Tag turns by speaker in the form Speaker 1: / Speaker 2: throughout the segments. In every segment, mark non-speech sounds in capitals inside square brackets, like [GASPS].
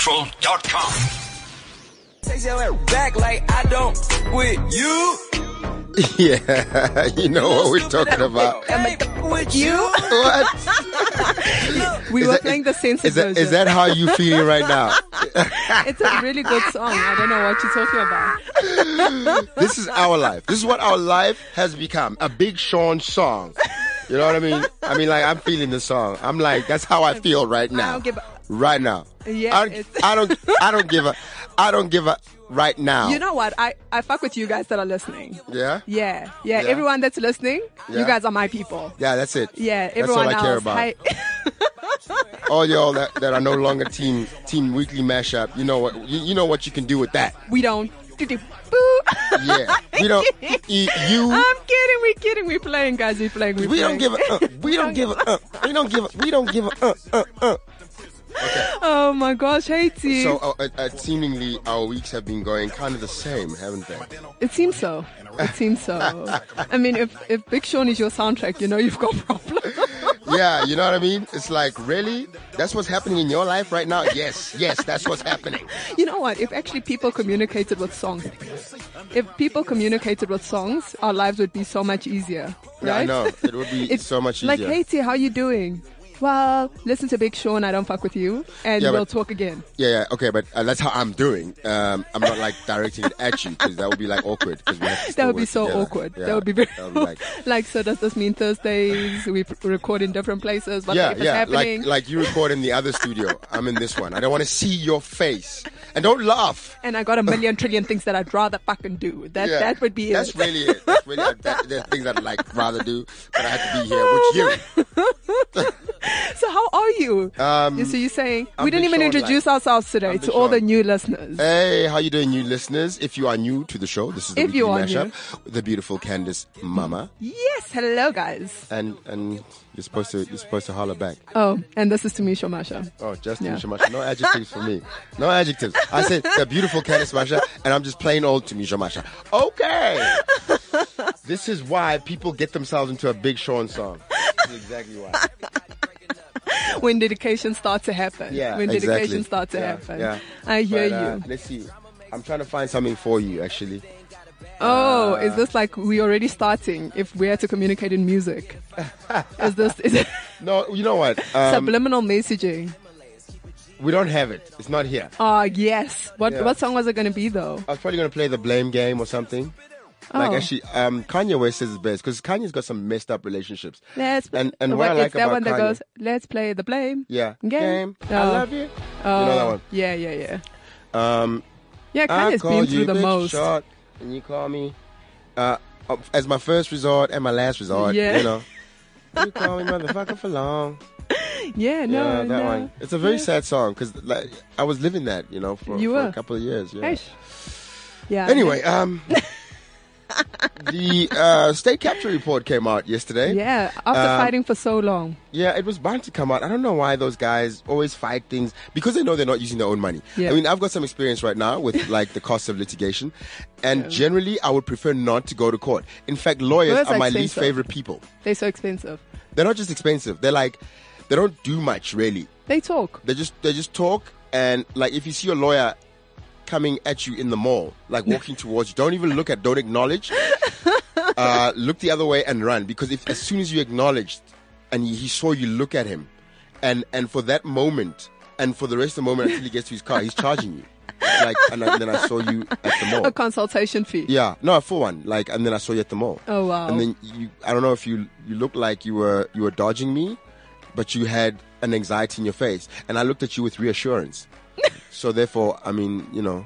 Speaker 1: CliffCentral.com.
Speaker 2: Take your ass back like I don't with you.
Speaker 3: [LAUGHS] Yeah, you know what we're talking about.
Speaker 2: with you.
Speaker 3: What?
Speaker 4: We
Speaker 3: Is
Speaker 4: were
Speaker 3: that-
Speaker 4: playing the Senses
Speaker 3: Is that,
Speaker 4: version.
Speaker 3: is that how you feeling right now?
Speaker 4: it's a really good song. I don't know what you're talking about.
Speaker 3: This is our life. This is what our life has become. A Big Sean song. You know what I mean? I mean, like, I'm feeling the song. I'm like, that's how I feel right now.
Speaker 4: don't give a-
Speaker 3: Right now.
Speaker 4: Yeah,
Speaker 3: I don't,
Speaker 4: it's-
Speaker 3: I don't, I don't give a, I don't give a, right now.
Speaker 4: You know what? I, I fuck with you guys that are listening.
Speaker 3: yeah?
Speaker 4: Yeah, yeah.
Speaker 3: Yeah.
Speaker 4: Everyone that's listening,
Speaker 3: Yeah.
Speaker 4: you guys are my people.
Speaker 3: Yeah, that's it.
Speaker 4: Yeah,
Speaker 3: that's
Speaker 4: everyone
Speaker 3: all I
Speaker 4: else.
Speaker 3: care about.
Speaker 4: Hi.
Speaker 3: All y'all that, that are no longer team, team weekly mashup. You know what, you, you know what you can do with that.
Speaker 4: we don't. Boo.
Speaker 3: Yeah. We don't, you, you
Speaker 4: [LAUGHS] I'm kidding. We're kidding. We're playing, guys. We're playing. We're
Speaker 3: We don't
Speaker 4: playing.
Speaker 3: give a uh. We don't give a uh. We don't give a we don't give a uh. uh, uh.
Speaker 4: Oh my gosh, Haiti.
Speaker 3: So uh, uh, uh, seemingly our weeks have been going kind of the same, haven't they?
Speaker 4: it seems so. It
Speaker 3: [LAUGHS]
Speaker 4: seems so. I mean, if if Big Sean is your soundtrack, you know you've got [LAUGHS] problems.
Speaker 3: Yeah, you know what I mean? It's like really that's what's happening in your life right now? Yes, yes, that's what's
Speaker 4: [LAUGHS]
Speaker 3: happening.
Speaker 4: you know what? If actually people communicated with songs, if people communicated with songs, our lives would be so much easier. Right?
Speaker 3: Yeah, I know. It would be
Speaker 4: It's
Speaker 3: so much easier.
Speaker 4: Like, Haiti, how you doing? Well, listen to Big Sean. I don't fuck with you, and
Speaker 3: Yeah,
Speaker 4: we'll
Speaker 3: but-
Speaker 4: talk again.
Speaker 3: Yeah, yeah, okay, but uh, that's how I'm doing. Um, I'm not like directing it at you because that would be like awkward. 'cause we have to
Speaker 4: That
Speaker 3: still
Speaker 4: would be
Speaker 3: work
Speaker 4: so
Speaker 3: together.
Speaker 4: awkward.
Speaker 3: Yeah,
Speaker 4: that would be very
Speaker 3: that would
Speaker 4: [LAUGHS]
Speaker 3: be like,
Speaker 4: like. So does this mean Thursdays we p- record in different places? What
Speaker 3: yeah,
Speaker 4: if it's
Speaker 3: yeah.
Speaker 4: happening?
Speaker 3: Like like you record in the other studio. I'm in this one. I don't want to see your face. And don't laugh.
Speaker 4: and I got a million trillion things that I'd rather fucking do. That
Speaker 3: Yeah.
Speaker 4: that would be
Speaker 3: That's
Speaker 4: it.
Speaker 3: really it. That's really it. That, there's things I'd like rather do, but I have to be here
Speaker 4: [LAUGHS] Oh,
Speaker 3: with you.
Speaker 4: So how are you?
Speaker 3: Um,
Speaker 4: so you're saying
Speaker 3: I'm
Speaker 4: we didn't
Speaker 3: Big
Speaker 4: even
Speaker 3: Sean,
Speaker 4: introduce
Speaker 3: like-
Speaker 4: ourselves today
Speaker 3: I'm
Speaker 4: to
Speaker 3: Big
Speaker 4: all the
Speaker 3: Sean.
Speaker 4: new listeners.
Speaker 3: Hey, how you doing, new listeners? If you are new to the show, this is the
Speaker 4: If you
Speaker 3: weekly mashup
Speaker 4: are new.
Speaker 3: with the beautiful Candace Mama,
Speaker 4: yes, hello guys.
Speaker 3: and and you're supposed to you're supposed to holler back.
Speaker 4: Oh, and this is Tamisha Masha.
Speaker 3: Oh, Justin
Speaker 4: Yeah.
Speaker 3: Shamasha. No adjectives for me. No adjectives. I said the beautiful Candace Masha, and I'm just plain old to me, Shamasha.
Speaker 4: [LAUGHS]
Speaker 3: Okay. this is why people get themselves into a Big Sean song. This is exactly why.
Speaker 4: When dedication starts to happen.
Speaker 3: Yeah,
Speaker 4: When
Speaker 3: exactly.
Speaker 4: dedication starts to
Speaker 3: Yeah,
Speaker 4: happen.
Speaker 3: yeah.
Speaker 4: I hear
Speaker 3: But, uh,
Speaker 4: you.
Speaker 3: Let's see. I'm trying to find something for you, actually. uh,
Speaker 4: Oh, is this like we already starting? If we had to communicate
Speaker 3: [LAUGHS]
Speaker 4: in music, is this is it
Speaker 3: No, you know
Speaker 4: [LAUGHS]
Speaker 3: what? Um,
Speaker 4: subliminal messaging?
Speaker 3: we don't have it. It's not here.
Speaker 4: Ah, yes. What
Speaker 3: Yeah.
Speaker 4: what song was it going to be though?
Speaker 3: I was probably going to play the blame game or something. Like,
Speaker 4: Oh.
Speaker 3: actually, um, Kanye West says his best because Kanye's got some messed up relationships.
Speaker 4: Let's
Speaker 3: and and
Speaker 4: oh,
Speaker 3: what I
Speaker 4: wait,
Speaker 3: like
Speaker 4: it's that
Speaker 3: about
Speaker 4: one
Speaker 3: Kanye,
Speaker 4: that goes. Let's play the blame.
Speaker 3: yeah,
Speaker 4: Game.
Speaker 3: I
Speaker 4: Oh.
Speaker 3: love you.
Speaker 4: Oh,
Speaker 3: you know that one.
Speaker 4: Yeah, yeah, yeah.
Speaker 3: Um,
Speaker 4: Yeah,
Speaker 3: I
Speaker 4: Kanye's
Speaker 3: call
Speaker 4: been
Speaker 3: you
Speaker 4: through the
Speaker 3: big
Speaker 4: most.
Speaker 3: shot, and you call me uh, up- as my first resort and my last resort.
Speaker 4: Yeah.
Speaker 3: You know, you call me motherfucker for long.
Speaker 4: Yeah, no,
Speaker 3: yeah, that
Speaker 4: no.
Speaker 3: one. It's a very
Speaker 4: Yeah.
Speaker 3: sad song because like I was living that, you know, for,
Speaker 4: You
Speaker 3: for a
Speaker 4: were.
Speaker 3: couple of years. Yeah.
Speaker 4: Eish. Yeah.
Speaker 3: Anyway, um,
Speaker 4: [LAUGHS]
Speaker 3: the uh, state capture report came out yesterday.
Speaker 4: Yeah, after
Speaker 3: Um,
Speaker 4: fighting for so long.
Speaker 3: Yeah, it was bound to come out. I don't know why those guys always fight things because they know they're not using their own money.
Speaker 4: Yeah.
Speaker 3: I mean, I've got some experience right now
Speaker 4: [LAUGHS]
Speaker 3: with like the cost of litigation, and generally, I would prefer not to go to court. In fact, lawyers
Speaker 4: Lawyers
Speaker 3: are
Speaker 4: are
Speaker 3: my least
Speaker 4: expensive.
Speaker 3: favorite people.
Speaker 4: They're so expensive.
Speaker 3: They're not just expensive; they're like they don't do much really.
Speaker 4: They talk.
Speaker 3: They just they just talk and like if you see a lawyer coming at you in the mall, like walking towards you, don't even look at, don't acknowledge. Uh, look the other way and run because if as soon as you acknowledged and he, he saw you look at him, and and for that moment and for the rest of the moment until he gets to his car, he's charging you. Like and, I, then I saw you at the
Speaker 4: [LAUGHS] A
Speaker 3: mall.
Speaker 4: consultation fee.
Speaker 3: Yeah, no, a full one. Like and then I saw you at the mall.
Speaker 4: Oh, wow.
Speaker 3: And then you, I don't know if you you looked like you were you were dodging me, but you had an anxiety in your face, and I looked at you with
Speaker 4: [LAUGHS]
Speaker 3: reassurance. so therefore, I mean, you know,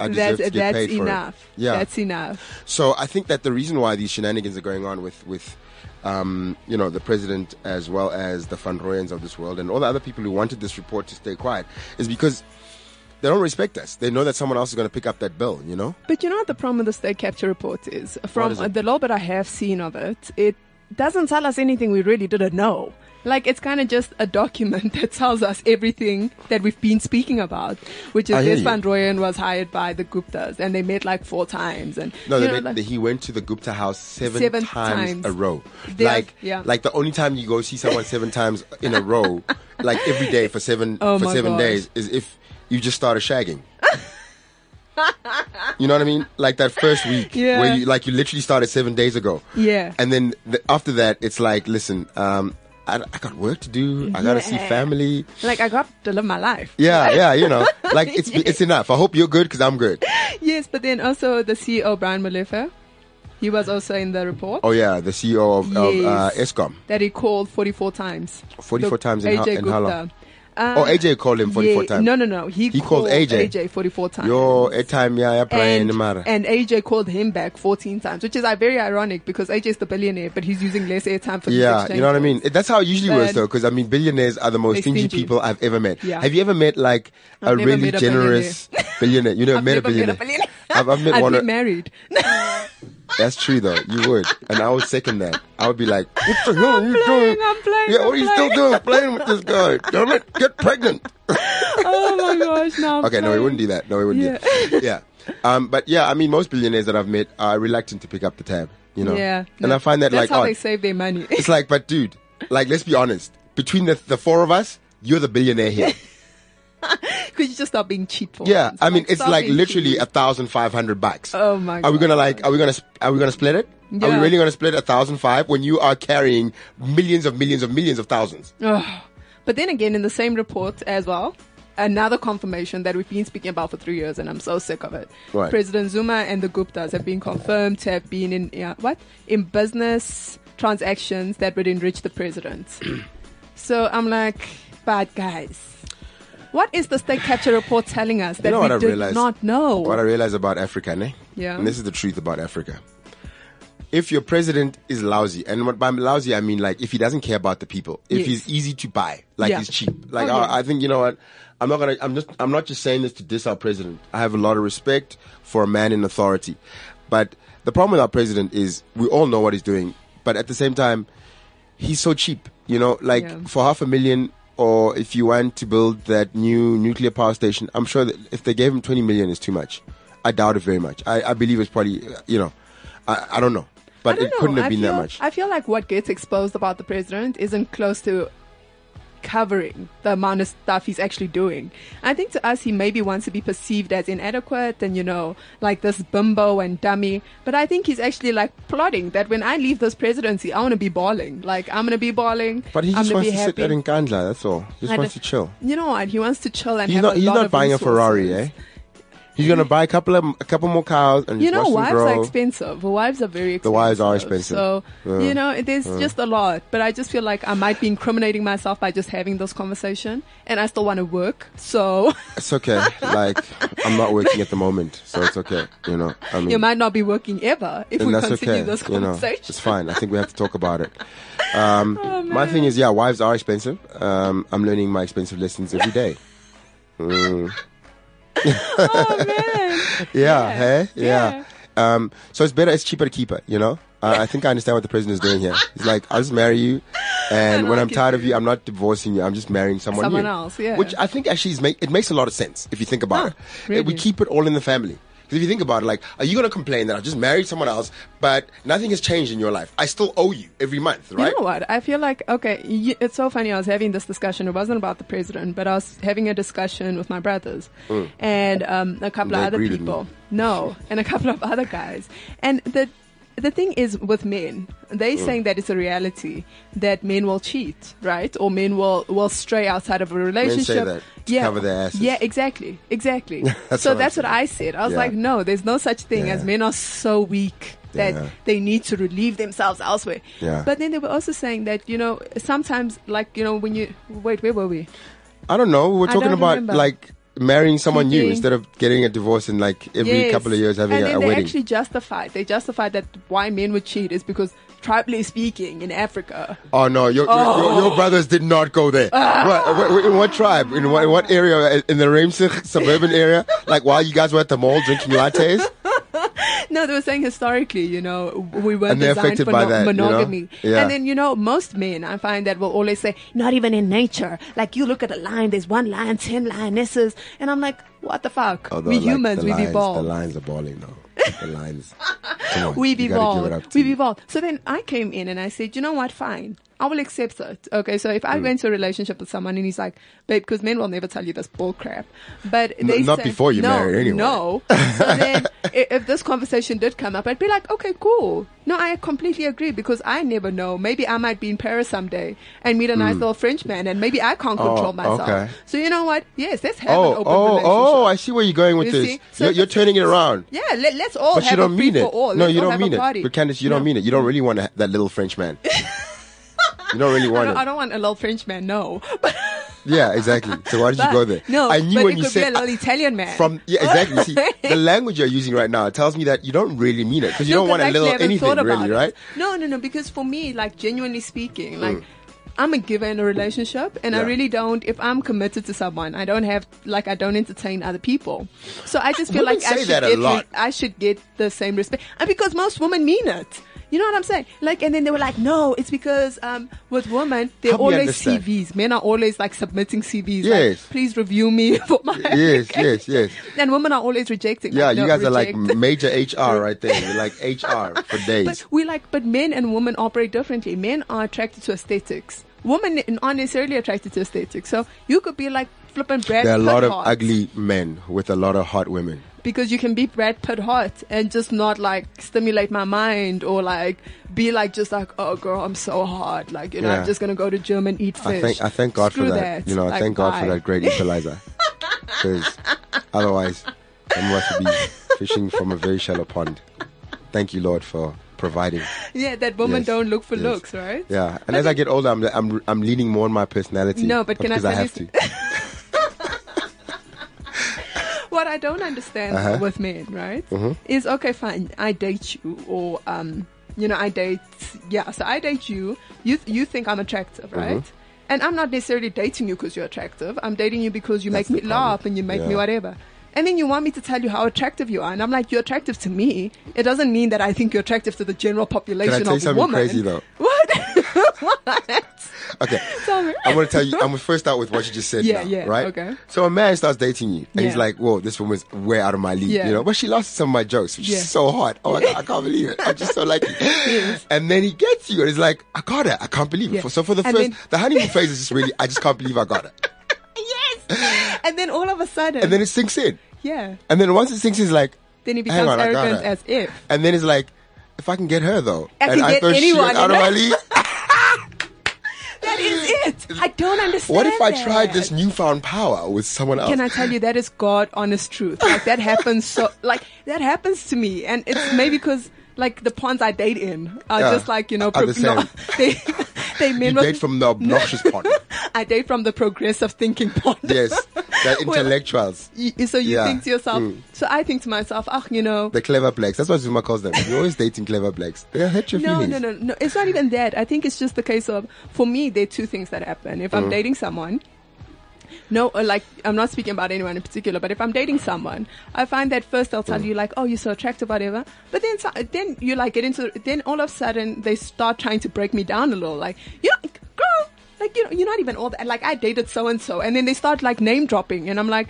Speaker 3: I deserve
Speaker 4: That's
Speaker 3: to get
Speaker 4: that's
Speaker 3: paid
Speaker 4: enough.
Speaker 3: for it. Yeah.
Speaker 4: That's e- enough.
Speaker 3: so I think that the reason why these shenanigans are going on with with um, you know the president as well as the Van Royens of this world and all the other people who wanted this report to stay quiet is because they don't respect us. They know that someone else is going to pick up that bill. You know.
Speaker 4: But you know what the problem with the state capture report is? From
Speaker 3: is it?
Speaker 4: the little bit I have seen of it, it doesn't tell us anything we really didn't know. Like it's kind of just a document [LAUGHS] that tells us everything that we've been speaking about, which is
Speaker 3: I hear
Speaker 4: this
Speaker 3: you.
Speaker 4: Van Royen was hired by the Guptas and they met like four times and
Speaker 3: No,
Speaker 4: you
Speaker 3: they
Speaker 4: know,
Speaker 3: went-
Speaker 4: like-
Speaker 3: he went to the Gupta house seven,
Speaker 4: Seven
Speaker 3: times,
Speaker 4: times.
Speaker 3: a row.
Speaker 4: They are-
Speaker 3: like,
Speaker 4: yeah.
Speaker 3: like the only time you go see someone seven times in a row, like every day for seven
Speaker 4: [LAUGHS] Oh
Speaker 3: for
Speaker 4: my
Speaker 3: seven
Speaker 4: God.
Speaker 3: days, is if you just started shagging. you know what I mean? Like that first week
Speaker 4: [LAUGHS] Yeah.
Speaker 3: where you like you literally started seven days ago.
Speaker 4: Yeah.
Speaker 3: And then the, after that, it's like, listen, um, I, I got work to do. I gotta see
Speaker 4: Yeah.
Speaker 3: family.
Speaker 4: like I got to live my life.
Speaker 3: Yeah, yeah, you
Speaker 4: [LAUGHS]
Speaker 3: know, like it's it's enough. I hope you're good because I'm good.
Speaker 4: Yes, but then also the CEO Brian Malefa, he was also in the report
Speaker 3: Oh yeah, the CEO of, of uh,
Speaker 4: Yes.
Speaker 3: Escom.
Speaker 4: that he called 44 times.
Speaker 3: 44
Speaker 4: The-
Speaker 3: times in how-
Speaker 4: AJ
Speaker 3: in how long?
Speaker 4: Gupta. Um,
Speaker 3: Oh, AJ called him 44
Speaker 4: yeah,
Speaker 3: times.
Speaker 4: No, no, no. He,
Speaker 3: He called AJ.
Speaker 4: 44 times.
Speaker 3: Yo, a time yeah, yeah, Brian
Speaker 4: and,
Speaker 3: Mara.
Speaker 4: and AJ called him back 14 times, which is uh, very ironic because AJ's the billionaire, but he's using less airtime for his
Speaker 3: Yeah,
Speaker 4: exchange
Speaker 3: you know what I mean.
Speaker 4: rates.
Speaker 3: That's how it usually works,
Speaker 4: But-
Speaker 3: though, because I mean, billionaires are the most
Speaker 4: They're
Speaker 3: stingy,
Speaker 4: stingy.
Speaker 3: people I've ever met.
Speaker 4: Yeah.
Speaker 3: Have you ever met like a
Speaker 4: I've never
Speaker 3: really
Speaker 4: met a
Speaker 3: generous billionaire? You never
Speaker 4: I've
Speaker 3: met
Speaker 4: never
Speaker 3: a billionaire.
Speaker 4: billionaire.
Speaker 3: [LAUGHS] I've, I've met
Speaker 4: I'd
Speaker 3: one.
Speaker 4: be
Speaker 3: of- [LAUGHS]
Speaker 4: married. [LAUGHS]
Speaker 3: That's true, though. You would, and I would second that. I would be like, "What the hell are you
Speaker 4: playing,
Speaker 3: doing?
Speaker 4: I'm playing,
Speaker 3: yeah,
Speaker 4: I'm
Speaker 3: what are you
Speaker 4: playing."
Speaker 3: still doing? Playing with this guy? Damn it, get pregnant."
Speaker 4: oh my gosh, no. I'm
Speaker 3: Okay, no, he
Speaker 4: playing.
Speaker 3: wouldn't do that. No, he wouldn't. Do that. Yeah, um, but yeah, I mean, most billionaires that I've met are reluctant to pick up the tab. You know.
Speaker 4: Yeah.
Speaker 3: And
Speaker 4: no.
Speaker 3: I find that like
Speaker 4: That's how
Speaker 3: odd.
Speaker 4: they save
Speaker 3: [LAUGHS]
Speaker 4: their money.
Speaker 3: It's like, but dude, like, let's be honest. Between the, the four of us, you're the billionaire
Speaker 4: [LAUGHS]
Speaker 3: here.
Speaker 4: Could you just stop being cheap for
Speaker 3: Yeah,
Speaker 4: once?
Speaker 3: I mean, it's
Speaker 4: stop
Speaker 3: like
Speaker 4: being
Speaker 3: literally
Speaker 4: cheap.
Speaker 3: a thousand five hundred bucks.
Speaker 4: Oh my
Speaker 3: Are we gonna
Speaker 4: God.
Speaker 3: like? Are we gonna? sp- Are we gonna split it? Are
Speaker 4: Yeah.
Speaker 3: we really gonna split a thousand five when you are carrying millions of millions of millions of thousands?
Speaker 4: Ugh. But then again, in the same report as well, another confirmation that we've been speaking about for three years, and I'm so sick of it.
Speaker 3: Right.
Speaker 4: President Zuma and the Guptas have been confirmed to have been in yeah, what in business transactions that would enrich
Speaker 3: [CLEARS THROAT]
Speaker 4: the president. so I'm like, bad guys. What is the state capture report telling us that
Speaker 3: know
Speaker 4: we
Speaker 3: what I
Speaker 4: did
Speaker 3: realized?
Speaker 4: not know?
Speaker 3: What I realize about Africa, ne?
Speaker 4: Oh. Yeah.
Speaker 3: And this is the truth about Africa. If your president is lousy, and what by lousy I mean like if he doesn't care about the people, if
Speaker 4: Yes.
Speaker 3: he's easy to buy, like
Speaker 4: Yeah.
Speaker 3: he's cheap, like
Speaker 4: Oh, yeah.
Speaker 3: I, I think you know what, I'm not gonna, I'm just, I'm not just saying this to diss our president. I have a lot of respect for a man in authority, but the problem with our president is we all know what he's doing, but at the same time, he's so cheap. You know, like
Speaker 4: Yeah.
Speaker 3: for half a million, or if you want to build that new nuclear power station, I'm sure that if they gave him 20 million, is too much. I doubt it very much. I, I believe it's probably, uh, you know, I, I don't know, but
Speaker 4: I
Speaker 3: it
Speaker 4: don't know.
Speaker 3: couldn't have
Speaker 4: I
Speaker 3: been
Speaker 4: feel,
Speaker 3: that much.
Speaker 4: I feel like what gets exposed about the president isn't close to covering the amount of stuff he's actually doing. I think to us, he maybe wants to be perceived as inadequate and, you know, like this bimbo and dummy. But I think he's actually like plotting that when I leave this presidency, I want to be balling. Like, I'm going to be balling.
Speaker 3: but he
Speaker 4: I'm
Speaker 3: just
Speaker 4: gonna
Speaker 3: wants
Speaker 4: be
Speaker 3: to sit
Speaker 4: happy.
Speaker 3: there in Gandla, that's all. He just
Speaker 4: I
Speaker 3: wants to
Speaker 4: don't-
Speaker 3: chill.
Speaker 4: You know what? He wants to chill and
Speaker 3: He's
Speaker 4: have
Speaker 3: not,
Speaker 4: a
Speaker 3: he's
Speaker 4: lot
Speaker 3: not
Speaker 4: of
Speaker 3: buying a Ferrari, eh?
Speaker 4: resources.
Speaker 3: He's going to buy a couple of, a couple more cows and
Speaker 4: You
Speaker 3: just
Speaker 4: know,
Speaker 3: watch them
Speaker 4: wives
Speaker 3: grow.
Speaker 4: are expensive. Wives are very expensive.
Speaker 3: The wives are expensive.
Speaker 4: So,
Speaker 3: Yeah.
Speaker 4: you know, there's just a lot. But I just feel like I might be incriminating myself by just having this conversation. And I still want to work. So [LAUGHS]
Speaker 3: It's okay. like, I'm not working at the moment, so it's okay. You know, I mean,
Speaker 4: you might not be working ever if we
Speaker 3: Mm. and that's
Speaker 4: continue
Speaker 3: okay.
Speaker 4: this
Speaker 3: you know,
Speaker 4: conversation.
Speaker 3: it's fine. I think we have to talk about
Speaker 4: [LAUGHS]
Speaker 3: it. Um,
Speaker 4: Oh,
Speaker 3: my thing is, yeah, wives are expensive. Um, I'm learning my expensive lessons every day. Mm.
Speaker 4: Oh, man.
Speaker 3: [LAUGHS] Yeah, hey,
Speaker 4: yeah.
Speaker 3: yeah. Um, so it's better. It's cheaper to keep it. You know. Uh, I think I understand what the president is doing here. He's like, I'll just marry
Speaker 4: [LAUGHS]
Speaker 3: you, and when
Speaker 4: I'll
Speaker 3: I'm
Speaker 4: keep
Speaker 3: tired of
Speaker 4: you.
Speaker 3: you, I'm not divorcing you. I'm just marrying someone,
Speaker 4: Someone
Speaker 3: new.
Speaker 4: else, yeah.
Speaker 3: Which I think actually is make, it makes a lot of sense if you think about it.
Speaker 4: really?
Speaker 3: It- We keep it all in the family. Because if you think about it, like, are you going to complain that I just married someone else, but nothing has changed in your life? I still owe you every month, right?
Speaker 4: You know what? I feel like, okay, y it's so funny. I was having this discussion. It wasn't about the president, but I was having a discussion with my brothers and um, a couple
Speaker 3: Mm. They
Speaker 4: of other
Speaker 3: agreed with
Speaker 4: people.
Speaker 3: me.
Speaker 4: No, and a couple of other guys. And the, the thing is with men, they
Speaker 3: Mm.
Speaker 4: saying that it's a reality that men will cheat, right? Or men will, will stray outside of a relationship.
Speaker 3: that to cover their asses.
Speaker 4: Yeah, exactly. Exactly.
Speaker 3: [LAUGHS] That's
Speaker 4: so
Speaker 3: what I'm
Speaker 4: that's what
Speaker 3: saying.
Speaker 4: I said. I was
Speaker 3: Yeah.
Speaker 4: like, no, there's no such thing as
Speaker 3: Yeah.
Speaker 4: men are so weak that
Speaker 3: Yeah.
Speaker 4: they need to relieve themselves elsewhere.
Speaker 3: Yeah.
Speaker 4: But then they were also saying that, you know, sometimes, like, you know, when you. Wait, where were we?
Speaker 3: I don't know. We're
Speaker 4: I
Speaker 3: talking
Speaker 4: don't
Speaker 3: about
Speaker 4: remember.
Speaker 3: like marrying someone new
Speaker 4: Keeping-
Speaker 3: instead of getting a divorce and like every
Speaker 4: Yes.
Speaker 3: couple of years having
Speaker 4: and
Speaker 3: a,
Speaker 4: then
Speaker 3: a
Speaker 4: they
Speaker 3: wedding.
Speaker 4: actually justified. They justified that why men would cheat is because, tribally speaking, in Africa. [LAUGHS]
Speaker 3: oh no, your, your, your, your brothers did not go there.
Speaker 4: Ah.
Speaker 3: What- what- what- in what tribe? In what, in what Oh, area? In the Ramsey suburban area? Like while you guys were at the mall drinking lattes?
Speaker 4: No, they were saying historically, you know, we weren't
Speaker 3: And they're
Speaker 4: designed
Speaker 3: affected
Speaker 4: for
Speaker 3: by
Speaker 4: no-
Speaker 3: that, you know?
Speaker 4: monogamy.
Speaker 3: Yeah.
Speaker 4: And then, you know, most men I find that will always say, not even in nature. Like you look at a lion, there's one lion, ten lionesses. And I'm like, what the fuck?
Speaker 3: Although,
Speaker 4: we
Speaker 3: Oh, like,
Speaker 4: humans,
Speaker 3: the
Speaker 4: we've
Speaker 3: lines,
Speaker 4: evolved.
Speaker 3: The lines are balling now. The
Speaker 4: [LAUGHS]
Speaker 3: lines. Come on,
Speaker 4: We've
Speaker 3: you gotta give it up
Speaker 4: evolved.
Speaker 3: to
Speaker 4: We've
Speaker 3: you.
Speaker 4: evolved. So then I came in and I said, you know what? Fine. I will accept it. Okay. So if I
Speaker 3: Mm.
Speaker 4: go into a relationship with someone and he's like, babe, because men will never tell you this bull crap. But
Speaker 3: N-
Speaker 4: they
Speaker 3: not
Speaker 4: say-
Speaker 3: before you
Speaker 4: no,
Speaker 3: marry anyway. [LAUGHS]
Speaker 4: No. So then i- if this conversation did come up, I'd be like, okay, cool. No, I completely agree because I never know. Maybe I might be in Paris someday and meet a nice little French man and maybe I can't
Speaker 3: Mm. Oh,
Speaker 4: control myself.
Speaker 3: okay.
Speaker 4: So you know what? Yes, let's have an
Speaker 3: Oh,
Speaker 4: open
Speaker 3: oh,
Speaker 4: relationship.
Speaker 3: oh! I see where you're going with
Speaker 4: You
Speaker 3: this.
Speaker 4: see? So
Speaker 3: you're,
Speaker 4: if
Speaker 3: you're
Speaker 4: it's-
Speaker 3: turning it around.
Speaker 4: Yeah, let, let's all
Speaker 3: But
Speaker 4: have
Speaker 3: you
Speaker 4: a
Speaker 3: don't mean
Speaker 4: free
Speaker 3: it.
Speaker 4: for all.
Speaker 3: No,
Speaker 4: Let's
Speaker 3: you
Speaker 4: all
Speaker 3: don't
Speaker 4: have a
Speaker 3: mean
Speaker 4: party.
Speaker 3: it. But Candice, you don't mean it. You don't really want to, that little French
Speaker 4: [LAUGHS]
Speaker 3: man. you don't really
Speaker 4: I
Speaker 3: want
Speaker 4: don't, I
Speaker 3: it.
Speaker 4: don't want a little French man, no. [LAUGHS] But
Speaker 3: [LAUGHS] Yeah, exactly. So why did you
Speaker 4: But-
Speaker 3: go there?
Speaker 4: no,
Speaker 3: I knew
Speaker 4: but
Speaker 3: when
Speaker 4: it
Speaker 3: you
Speaker 4: could be
Speaker 3: said
Speaker 4: a little Italian man.
Speaker 3: From yeah,
Speaker 4: [LAUGHS]
Speaker 3: exactly. See, the language you're using right now tells me that you don't really mean it because you
Speaker 4: No,
Speaker 3: don't
Speaker 4: 'cause
Speaker 3: want
Speaker 4: I
Speaker 3: a
Speaker 4: actually
Speaker 3: little
Speaker 4: haven't
Speaker 3: anything,
Speaker 4: thought about
Speaker 3: really,
Speaker 4: it.
Speaker 3: right? Mm.
Speaker 4: No, no, no. Because for me, like genuinely speaking, like I'm a giver in a relationship, and I
Speaker 3: Yeah.
Speaker 4: really don't. If I'm committed to someone, I don't have like I don't entertain other people. So I just feel
Speaker 3: Women
Speaker 4: like I
Speaker 3: say
Speaker 4: should
Speaker 3: that a
Speaker 4: get re-
Speaker 3: lot.
Speaker 4: I should get the same respect, and because most women mean it. You know what I'm saying? Like, and then they were like, "No, it's because um, with women they're
Speaker 3: Help me
Speaker 4: always
Speaker 3: understand.
Speaker 4: CVs. Men are always like submitting CVs.
Speaker 3: Yes.
Speaker 4: Like, Please review me [LAUGHS] for my
Speaker 3: Yes, yes, yes.
Speaker 4: And women are always rejecting.
Speaker 3: Yeah,
Speaker 4: Like,
Speaker 3: you
Speaker 4: no,
Speaker 3: guys are like
Speaker 4: reject.
Speaker 3: major HR right
Speaker 4: [LAUGHS]
Speaker 3: there. You're like HR for days.
Speaker 4: But we like, but men and women operate differently. Men are attracted to aesthetics. Women aren't necessarily attracted to aesthetics. So you could be like flipping Brad
Speaker 3: there are a
Speaker 4: Pitt
Speaker 3: lot of
Speaker 4: hot
Speaker 3: ugly men with a lot of hot women.
Speaker 4: because you can be Brad Pitt hot and just not like stimulate my mind or like be like just like oh girl I'm so hot like you know
Speaker 3: Yeah.
Speaker 4: I'm just gonna go to gym and eat fish.
Speaker 3: I thank I thank God
Speaker 4: Screw
Speaker 3: for that. You know, I
Speaker 4: Like,
Speaker 3: thank God for
Speaker 4: bye.
Speaker 3: that great
Speaker 4: [LAUGHS]
Speaker 3: equalizer. Because otherwise, I must be fishing from a very shallow pond. Thank you, Lord, for providing.
Speaker 4: Yeah, that women
Speaker 3: Yes,
Speaker 4: don't look for
Speaker 3: yes.
Speaker 4: looks, right?
Speaker 3: Yeah, and as I get older, I'm I'm I'm leaning more on my personality.
Speaker 4: No, but can I
Speaker 3: because I
Speaker 4: tell you
Speaker 3: have
Speaker 4: s-
Speaker 3: to.
Speaker 4: what I don't understand
Speaker 3: Uh-huh. Mm-hmm.
Speaker 4: with men, right, is okay, fine, I date you, or um, you know, I date, yeah, so I date you. You you think I'm attractive, right?
Speaker 3: Mm-hmm.
Speaker 4: And I'm not necessarily dating you because you're attractive. I'm dating you because you
Speaker 3: That's
Speaker 4: make
Speaker 3: the
Speaker 4: me laugh
Speaker 3: problem.
Speaker 4: and you make me
Speaker 3: Yeah.
Speaker 4: whatever. And then you want me to tell you how attractive you are, and I'm like, you're attractive to me. It doesn't mean that I think you're attractive to the general
Speaker 3: Can
Speaker 4: population
Speaker 3: I tell you
Speaker 4: of
Speaker 3: something
Speaker 4: women.
Speaker 3: crazy though?
Speaker 4: What? [LAUGHS] what? [LAUGHS]
Speaker 3: Okay.
Speaker 4: Tell me.
Speaker 3: I'm gonna tell you. I'm gonna first start with what you just said.
Speaker 4: Yeah,
Speaker 3: now,
Speaker 4: yeah,
Speaker 3: Right.
Speaker 4: okay.
Speaker 3: So a man starts dating you, and he's
Speaker 4: Yeah.
Speaker 3: like, "Whoa, this woman's way out of my league."
Speaker 4: Yeah.
Speaker 3: You know, but she laughed at some of my jokes, which
Speaker 4: Yeah.
Speaker 3: is so hot. Oh, my God, I can't believe it. I'm just so
Speaker 4: [LAUGHS]
Speaker 3: lucky. And then he gets you, and he's like, "I got her. I can't believe it."
Speaker 4: Yeah.
Speaker 3: So for the
Speaker 4: And
Speaker 3: first,
Speaker 4: then-
Speaker 3: the honeymoon phase is just really, I just can't believe I got her.
Speaker 4: [LAUGHS] yes. And then all of a sudden,
Speaker 3: And then it sinks in.
Speaker 4: yeah,
Speaker 3: And then once it sinks in, it's like,
Speaker 4: then he
Speaker 3: "Hang
Speaker 4: becomes
Speaker 3: on, I got
Speaker 4: arrogant
Speaker 3: her."
Speaker 4: as if.
Speaker 3: And then it's like, if I can get her though,
Speaker 4: I
Speaker 3: and
Speaker 4: can
Speaker 3: I
Speaker 4: get
Speaker 3: thought she
Speaker 4: anyone,
Speaker 3: was out of
Speaker 4: you
Speaker 3: my
Speaker 4: know? [LAUGHS]
Speaker 3: league.
Speaker 4: That is it. I don't understand.
Speaker 3: What if I
Speaker 4: that.
Speaker 3: tried this newfound power with someone else?
Speaker 4: Can I tell you that is God honest truth? Like that happens so like that happens to me, and it's maybe because like the ponds I date in are
Speaker 3: Yeah,
Speaker 4: just like you know
Speaker 3: are the
Speaker 4: no,
Speaker 3: same.
Speaker 4: [LAUGHS] they they men
Speaker 3: you
Speaker 4: with-
Speaker 3: date from the obnoxious part.
Speaker 4: I date from the progressive thinking pond.
Speaker 3: Yes, the intellectuals.
Speaker 4: [LAUGHS] You- so you
Speaker 3: Yeah. Mm.
Speaker 4: think to yourself. So I think to myself, ah, you know.
Speaker 3: The clever blacks. That's what Zuma calls them. You're always dating clever blacks. They hurt your
Speaker 4: No,
Speaker 3: feelings.
Speaker 4: no, no, no. It's not even that. I think it's just the case of, for me, there are two things that happen. If I'm
Speaker 3: Mm.
Speaker 4: dating someone, no, or like I'm not speaking about anyone in particular, but if I'm dating someone, I find that first they'll
Speaker 3: Mm.
Speaker 4: tell you like, "Oh, you're so attractive, whatever," but then so, then you like get into then all of a sudden they start trying to break me down a little, like, "You know, girl, like you know, you're not even all that." Like I dated so and so, and then they start like name dropping, and I'm like.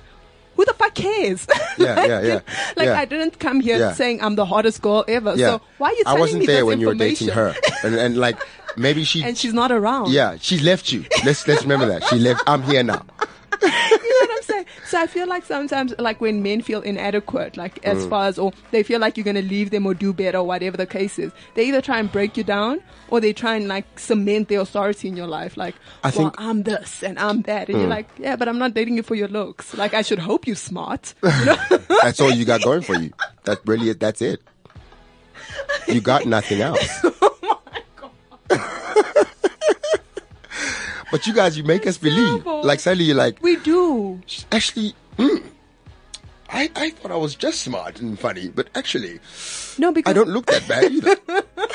Speaker 4: Who the fuck cares? [LAUGHS]
Speaker 3: Yeah,
Speaker 4: like,
Speaker 3: yeah, yeah,
Speaker 4: Like
Speaker 3: yeah.
Speaker 4: I didn't come here
Speaker 3: Yeah.
Speaker 4: saying I'm the hottest girl ever.
Speaker 3: Yeah.
Speaker 4: So why are you telling
Speaker 3: I wasn't
Speaker 4: me
Speaker 3: there
Speaker 4: this
Speaker 3: when you were dating
Speaker 4: information?
Speaker 3: her, and, and like maybe she.
Speaker 4: [LAUGHS] and she's not around.
Speaker 3: yeah, she left you. Let's let's remember that she left. I'm here now.
Speaker 4: You know what I'm saying? So I feel like sometimes, like when men feel inadequate, like as
Speaker 3: Mm.
Speaker 4: far as, or they feel like you're going to leave them or do better or whatever the case is, they either try and break you down or they try and like cement their authority in your life. Like,
Speaker 3: I
Speaker 4: well,
Speaker 3: think- Mm.
Speaker 4: I'm this and I'm that. And you're like, yeah, but I'm not dating you for your looks. Like, I should hope
Speaker 3: [LAUGHS]
Speaker 4: you're smart. You know?
Speaker 3: That's all you got going for you. That's really it. That's it. You got
Speaker 4: [LAUGHS]
Speaker 3: nothing else.
Speaker 4: Oh
Speaker 3: [LAUGHS] but you guys, you make us believe.
Speaker 4: terrible.
Speaker 3: Like suddenly you're like,
Speaker 4: we do.
Speaker 3: actually, mm, I I thought I was just smart and funny, but actually,
Speaker 4: No, because.
Speaker 3: I don't look that bad either.
Speaker 4: [LAUGHS]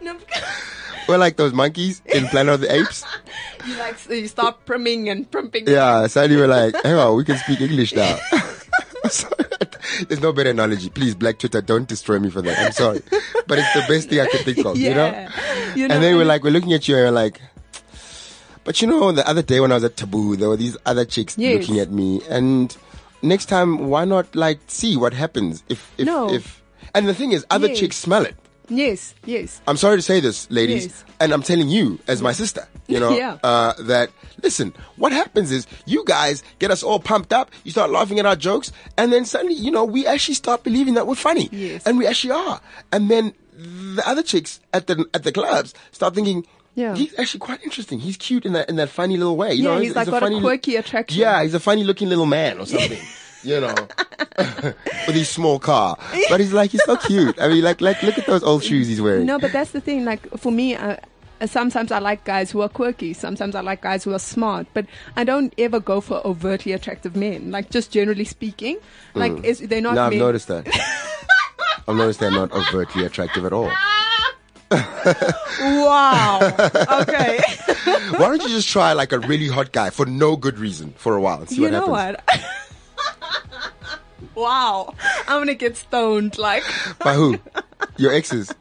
Speaker 4: No, because [LAUGHS]
Speaker 3: We're like those monkeys in Planet of the Apes.
Speaker 4: you like, so you start primming and primping. [LAUGHS]
Speaker 3: Yeah, suddenly we're like, hang on, we can speak English now. [LAUGHS] So, There's no better analogy. Please, Black Twitter, don't destroy me for that. I'm sorry. but it's the best thing I could think of, you know?
Speaker 4: You
Speaker 3: and then
Speaker 4: know,
Speaker 3: we're like, we're looking at you and we're like, but you know, the other day when I was at Taboo, there were these other chicks
Speaker 4: Yes.
Speaker 3: looking at me. And next time, why not like see what happens if, if,
Speaker 4: No.
Speaker 3: if, and the thing is, other
Speaker 4: Yes.
Speaker 3: chicks smell it.
Speaker 4: yes, yes.
Speaker 3: I'm sorry to say this, ladies,
Speaker 4: Yes.
Speaker 3: and I'm telling you as my sister, you know,
Speaker 4: [LAUGHS] Yeah.
Speaker 3: uh, that listen, what happens is you guys get us all pumped up, you start laughing at our jokes, and then suddenly, you know, we actually start believing that we're funny,
Speaker 4: Yes.
Speaker 3: and we actually are, and then the other chicks at the at the clubs start thinking.
Speaker 4: Yeah.
Speaker 3: He's actually quite interesting. He's cute in that in that funny little way. You
Speaker 4: Yeah,
Speaker 3: know,
Speaker 4: he's like got a
Speaker 3: funny li-
Speaker 4: quirky attraction.
Speaker 3: Yeah, he's a funny looking little man or
Speaker 4: [LAUGHS]
Speaker 3: something. you know, [LAUGHS] with his small car, but he's like he's so cute. I mean, like like look at those old shoes he's wearing.
Speaker 4: No, but that's the thing. Like for me, uh, uh, sometimes I like guys who are quirky. Sometimes I like guys who are smart. But I don't ever go for overtly attractive men. Like just generally speaking, like is, they're not.
Speaker 3: Mm. No, I've
Speaker 4: men.
Speaker 3: noticed that. I've noticed they're not overtly attractive at all. [LAUGHS]
Speaker 4: Wow. Okay.
Speaker 3: Why don't you just try like a really hot guy for no good reason for a while and see
Speaker 4: [LAUGHS] you
Speaker 3: what
Speaker 4: know
Speaker 3: happens?
Speaker 4: what? [LAUGHS] wow. I'm gonna get stoned. Like
Speaker 3: By who? Your exes.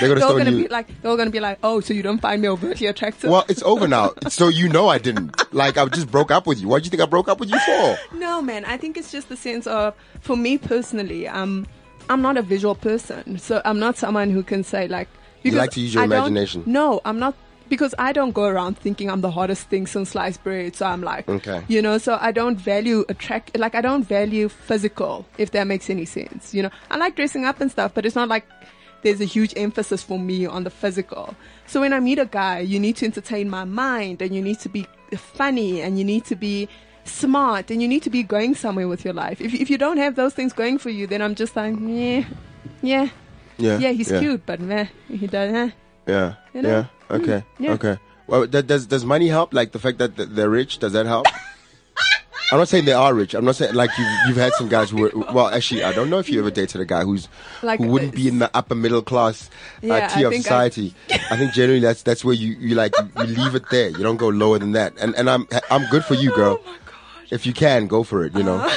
Speaker 3: They're gonna
Speaker 4: they're all
Speaker 3: stone
Speaker 4: gonna
Speaker 3: you.
Speaker 4: be like they're all gonna be like, oh, so you don't find me overtly attractive?
Speaker 3: well, it's over now. So you know I didn't. Like I just broke up with you. Why do you think I broke up with you for?
Speaker 4: No, man. I think it's just the sense of, for me personally, um, I'm not a visual person, so I'm not someone who can say like. because
Speaker 3: like to use your
Speaker 4: I don't-
Speaker 3: imagination.
Speaker 4: No, I'm not because I don't go around thinking I'm the hottest thing since sliced bread. So I'm like,
Speaker 3: Okay.
Speaker 4: you know, so I don't value attract, like I don't value physical, if that makes any sense. You know, I like dressing up and stuff, but it's not like there's a huge emphasis for me on the physical. So when I meet a guy, you need to entertain my mind and you need to be funny and you need to be smart and you need to be going somewhere with your life. If, if you don't have those things going for you, then I'm just like, yeah, yeah,
Speaker 3: Yeah.
Speaker 4: yeah, he's cute, but meh, he doesn't. eh.
Speaker 3: Yeah.
Speaker 4: You know? Mm,
Speaker 3: Yeah. Okay.
Speaker 4: yeah.
Speaker 3: Okay. Well, that, does does money help? Like the fact that th- they're rich, does that
Speaker 4: [LAUGHS]
Speaker 3: help? I'm not saying they are rich. I'm not saying like you've you've had some guys who were well. Actually, I don't know if you ever dated a guy who's
Speaker 4: Like,
Speaker 3: who wouldn't be in the upper middle class uh,
Speaker 4: Yeah,
Speaker 3: tier
Speaker 4: I
Speaker 3: of
Speaker 4: think I- [LAUGHS]
Speaker 3: society. I, think generally that's that's where you you like you, you leave it there. You don't go lower than that. And and I'm I'm good for you, girl.
Speaker 4: Oh my Uh-huh. God.
Speaker 3: If you can, go for it. You know.
Speaker 4: [LAUGHS]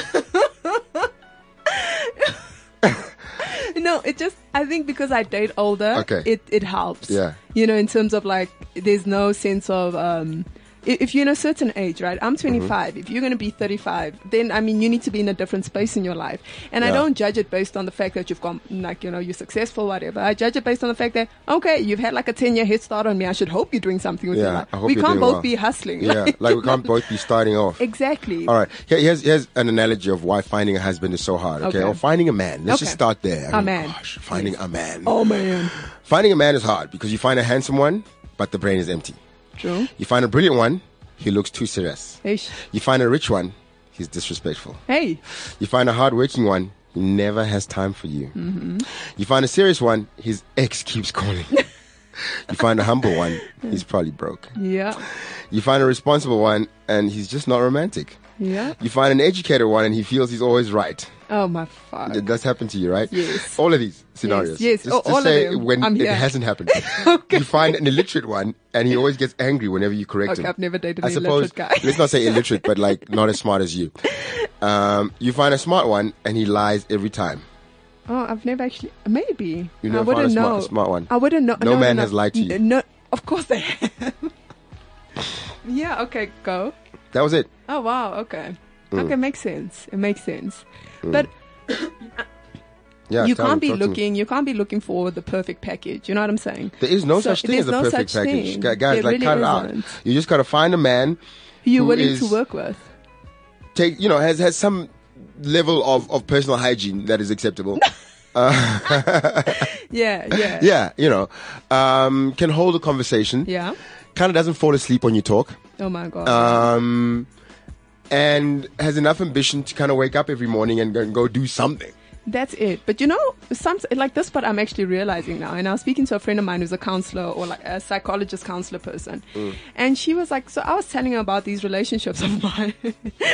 Speaker 4: No, it just I think because I date older,
Speaker 3: Okay.
Speaker 4: it it helps.
Speaker 3: Yeah.
Speaker 4: you know, in terms of like, there's no sense of um, i- if you're in a certain age, right? I'm
Speaker 3: Mm-hmm.
Speaker 4: 25. If you're going to be 35, then I mean, you need to be in a different space in your life. And I
Speaker 3: Yeah.
Speaker 4: don't judge it based on the fact that you've gone like you know you're successful, whatever. I judge it based on the fact that okay, you've had like a 10 year head start on me. I should hope you're doing something with your
Speaker 3: Yeah,
Speaker 4: life.
Speaker 3: I hope
Speaker 4: we
Speaker 3: you're
Speaker 4: can't
Speaker 3: doing
Speaker 4: both
Speaker 3: well.
Speaker 4: be hustling.
Speaker 3: Yeah. Like we can't both be starting off.
Speaker 4: [LAUGHS] exactly.
Speaker 3: All right. Here, here's here's an analogy of why finding a husband is so hard. Okay.
Speaker 4: Okay.
Speaker 3: Or finding a man. Let's just
Speaker 4: Okay.
Speaker 3: start there. I
Speaker 4: A
Speaker 3: mean,
Speaker 4: man.
Speaker 3: Gosh, finding a man.
Speaker 4: Oh man,
Speaker 3: Finding a man is hard because you find a handsome one, but the brain is empty.
Speaker 4: true.
Speaker 3: You find a brilliant one, he looks too serious.
Speaker 4: Ish.
Speaker 3: You find a rich one, he's disrespectful.
Speaker 4: Hey,
Speaker 3: You find a hardworking one, he never has time for you.
Speaker 4: Mm-hmm.
Speaker 3: You find a serious one, his ex keeps
Speaker 4: [LAUGHS]
Speaker 3: calling. you find a humble one, he's probably broke.
Speaker 4: yeah,
Speaker 3: You find a responsible one, and he's just not romantic.
Speaker 4: yeah.
Speaker 3: You find an educated one, and he feels he's always right.
Speaker 4: Oh my fuck.
Speaker 3: That- That's happened to you, right?
Speaker 4: Yes.
Speaker 3: All of these scenarios.
Speaker 4: yes,
Speaker 3: Just,
Speaker 4: all-
Speaker 3: just
Speaker 4: all of
Speaker 3: say
Speaker 4: them.
Speaker 3: when
Speaker 4: I'm
Speaker 3: it
Speaker 4: here.
Speaker 3: hasn't
Speaker 4: [LAUGHS]
Speaker 3: happened. You find an illiterate one, and he always gets angry whenever you correct
Speaker 4: Okay,
Speaker 3: him.
Speaker 4: I've never dated
Speaker 3: I
Speaker 4: an
Speaker 3: suppose,
Speaker 4: illiterate guy.
Speaker 3: let's
Speaker 4: [LAUGHS]
Speaker 3: not say illiterate, but like not as smart as you. Um, you find a smart one, and he lies every time.
Speaker 4: Oh, I've never actually. Maybe
Speaker 3: You never found a
Speaker 4: I wouldn't
Speaker 3: smart-
Speaker 4: know.
Speaker 3: a smart one?
Speaker 4: I wouldn't know.
Speaker 3: No man has lied to you.
Speaker 4: n- No, of course they have. [LAUGHS] yeah. Okay. Go.
Speaker 3: That was it.
Speaker 4: Oh wow. Okay.
Speaker 3: Mm.
Speaker 4: Okay. Makes sense. It makes sense. But
Speaker 3: Yeah.
Speaker 4: you
Speaker 3: tell
Speaker 4: can't
Speaker 3: me,
Speaker 4: be
Speaker 3: talk to me.
Speaker 4: looking. You can't be looking for the perfect package. You know what I'm saying?
Speaker 3: There is no
Speaker 4: So,
Speaker 3: such thing
Speaker 4: there's
Speaker 3: as a
Speaker 4: no
Speaker 3: perfect
Speaker 4: such
Speaker 3: package,
Speaker 4: thing.
Speaker 3: Gu- guys.
Speaker 4: There
Speaker 3: like,
Speaker 4: really
Speaker 3: cut it out.
Speaker 4: isn't.
Speaker 3: You just gotta find a man
Speaker 4: Who you're
Speaker 3: who
Speaker 4: willing to
Speaker 3: is-
Speaker 4: work with.
Speaker 3: take you know has has some level of, of personal hygiene that is
Speaker 4: [LAUGHS]
Speaker 3: acceptable.
Speaker 4: Yeah. Yeah.
Speaker 3: [LAUGHS] yeah, you know, um, can hold a conversation.
Speaker 4: Yeah.
Speaker 3: Kind of doesn't fall asleep when you talk.
Speaker 4: Oh my god.
Speaker 3: Uh, Um, and has enough ambition to kind of wake up every morning and go, and go do something.
Speaker 4: That's it. But you know, some like this part I'm actually realizing now. And I was speaking to a friend of mine who's a counselor or like a psychologist counselor person.
Speaker 3: Mm.
Speaker 4: And she was like, so I was telling her about these relationships of mine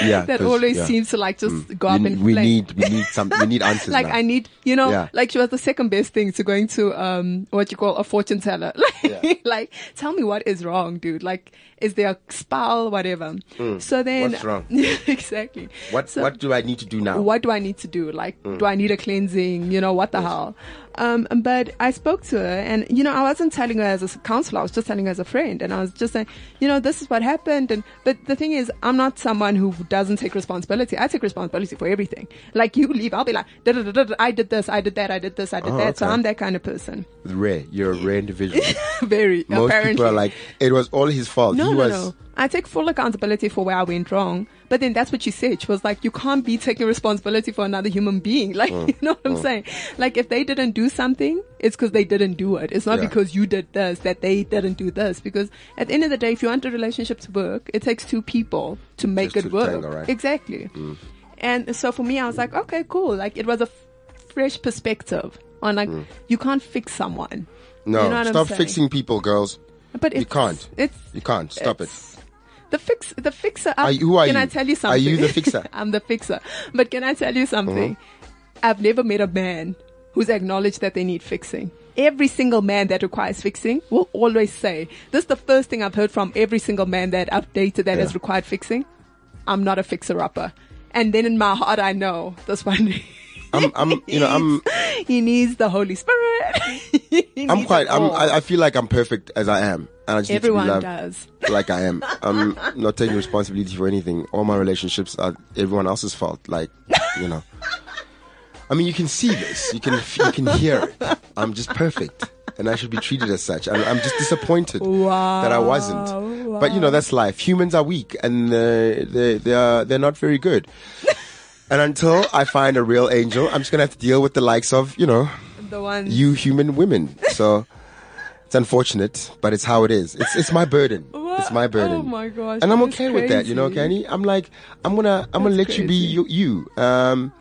Speaker 3: Yeah,
Speaker 4: [LAUGHS] that
Speaker 3: 'cause-
Speaker 4: always
Speaker 3: yeah. Mm.
Speaker 4: seems to like just go
Speaker 3: we,
Speaker 4: up
Speaker 3: ne-
Speaker 4: in
Speaker 3: we
Speaker 4: flames.
Speaker 3: need we need some we need answers.
Speaker 4: [LAUGHS] like
Speaker 3: now.
Speaker 4: I need, you know,
Speaker 3: Yeah.
Speaker 4: like she was the second best thing to going to um what you call a fortune teller. [LAUGHS] Like,
Speaker 3: Yeah.
Speaker 4: like tell me what is wrong, dude. Like, is there a spell, whatever? So
Speaker 3: Mm.
Speaker 4: then,
Speaker 3: What's wrong?
Speaker 4: [LAUGHS] exactly.
Speaker 3: what
Speaker 4: So-
Speaker 3: what do I need to do now?
Speaker 4: what do I need to do? Like,
Speaker 3: Mm.
Speaker 4: do I need a cleansing? You know, what the hell? Um, but I spoke to her and, you know, I wasn't telling her as a counselor. I was just telling her as a friend. And I was just saying, you know, this is what happened. And, but the thing is, I'm not someone who doesn't take responsibility. I take responsibility for everything. Like you leave, I'll be like, "Da, da, da, da, da, I did this, I did that, I did this, I did
Speaker 3: Oh,
Speaker 4: that. So
Speaker 3: okay.
Speaker 4: I'm that kind of person. [LAUGHS]
Speaker 3: Rare. You're a rare individual.
Speaker 4: Very,
Speaker 3: Most
Speaker 4: apparently.
Speaker 3: people are like, it was all his fault.
Speaker 4: No,
Speaker 3: he
Speaker 4: no,
Speaker 3: was
Speaker 4: no. I take full accountability for where I went wrong. But then that's what she said. She was like, you can't be taking responsibility for another human being. [LAUGHS] Like,
Speaker 3: Mm,
Speaker 4: you know what I'm saying? Like, if they didn't do something, it's because they didn't do it. It's not
Speaker 3: Yeah.
Speaker 4: because you did this that they didn't do this. Because at the end of the day, if you want a relationship to work, it takes two people to make
Speaker 3: Takes two
Speaker 4: it
Speaker 3: to
Speaker 4: work.
Speaker 3: tango, right? Mm.
Speaker 4: Exactly. And so for me, I was like, okay, cool. Like, it was a f- fresh perspective on like,
Speaker 3: Mm.
Speaker 4: you can't fix someone.
Speaker 3: no.
Speaker 4: You know what I'm
Speaker 3: stop
Speaker 4: saying?
Speaker 3: fixing people, girls.
Speaker 4: But
Speaker 3: You
Speaker 4: it's,
Speaker 3: can't.
Speaker 4: It's
Speaker 3: You can't stop it.
Speaker 4: it's- The fix, the fixer. Up,
Speaker 3: Are you- who are
Speaker 4: can
Speaker 3: you?
Speaker 4: I tell you
Speaker 3: Are
Speaker 4: something?
Speaker 3: you the fixer?
Speaker 4: [LAUGHS]
Speaker 3: Mm-hmm.
Speaker 4: I'm the fixer. But can I tell you something? I've never met a man who's acknowledged that they need fixing. Every single man that requires fixing will always say, "This is the first thing I've heard from every single man that I've dated that
Speaker 3: Yeah.
Speaker 4: has required fixing. I'm not a fixer upper." And then in my heart, I know this one. [LAUGHS]
Speaker 3: I'm I'm you know I'm
Speaker 4: he needs the Holy Spirit. [LAUGHS] He
Speaker 3: I'm
Speaker 4: needs
Speaker 3: quite
Speaker 4: it
Speaker 3: I'm
Speaker 4: all.
Speaker 3: I, I feel like I'm perfect as I am. And I just
Speaker 4: Everyone
Speaker 3: need to be loved
Speaker 4: does.
Speaker 3: like I
Speaker 4: [LAUGHS]
Speaker 3: am. I'm not taking responsibility for anything. All my relationships are everyone else's fault. Like you know. I mean, you can see this. You can you can hear it. I'm just perfect, and I should be treated as such. And I'm just disappointed that I wasn't. But you know, that's life. Humans are weak, and uh, they they are they're not very
Speaker 4: [LAUGHS]
Speaker 3: good. And until I find a real angel, I'm just gonna have to deal with the likes of you know
Speaker 4: The one
Speaker 3: you human women. So it's unfortunate, but it's how it is. It's it's my burden. It's my
Speaker 4: What?
Speaker 3: burden.
Speaker 4: Oh my gosh,
Speaker 3: And I'm
Speaker 4: that is
Speaker 3: okay with that, you know,
Speaker 4: crazy.
Speaker 3: Kenny. I'm like, I'm gonna, I'm gonna let
Speaker 4: That's
Speaker 3: you be you.
Speaker 4: crazy.
Speaker 3: you. Um,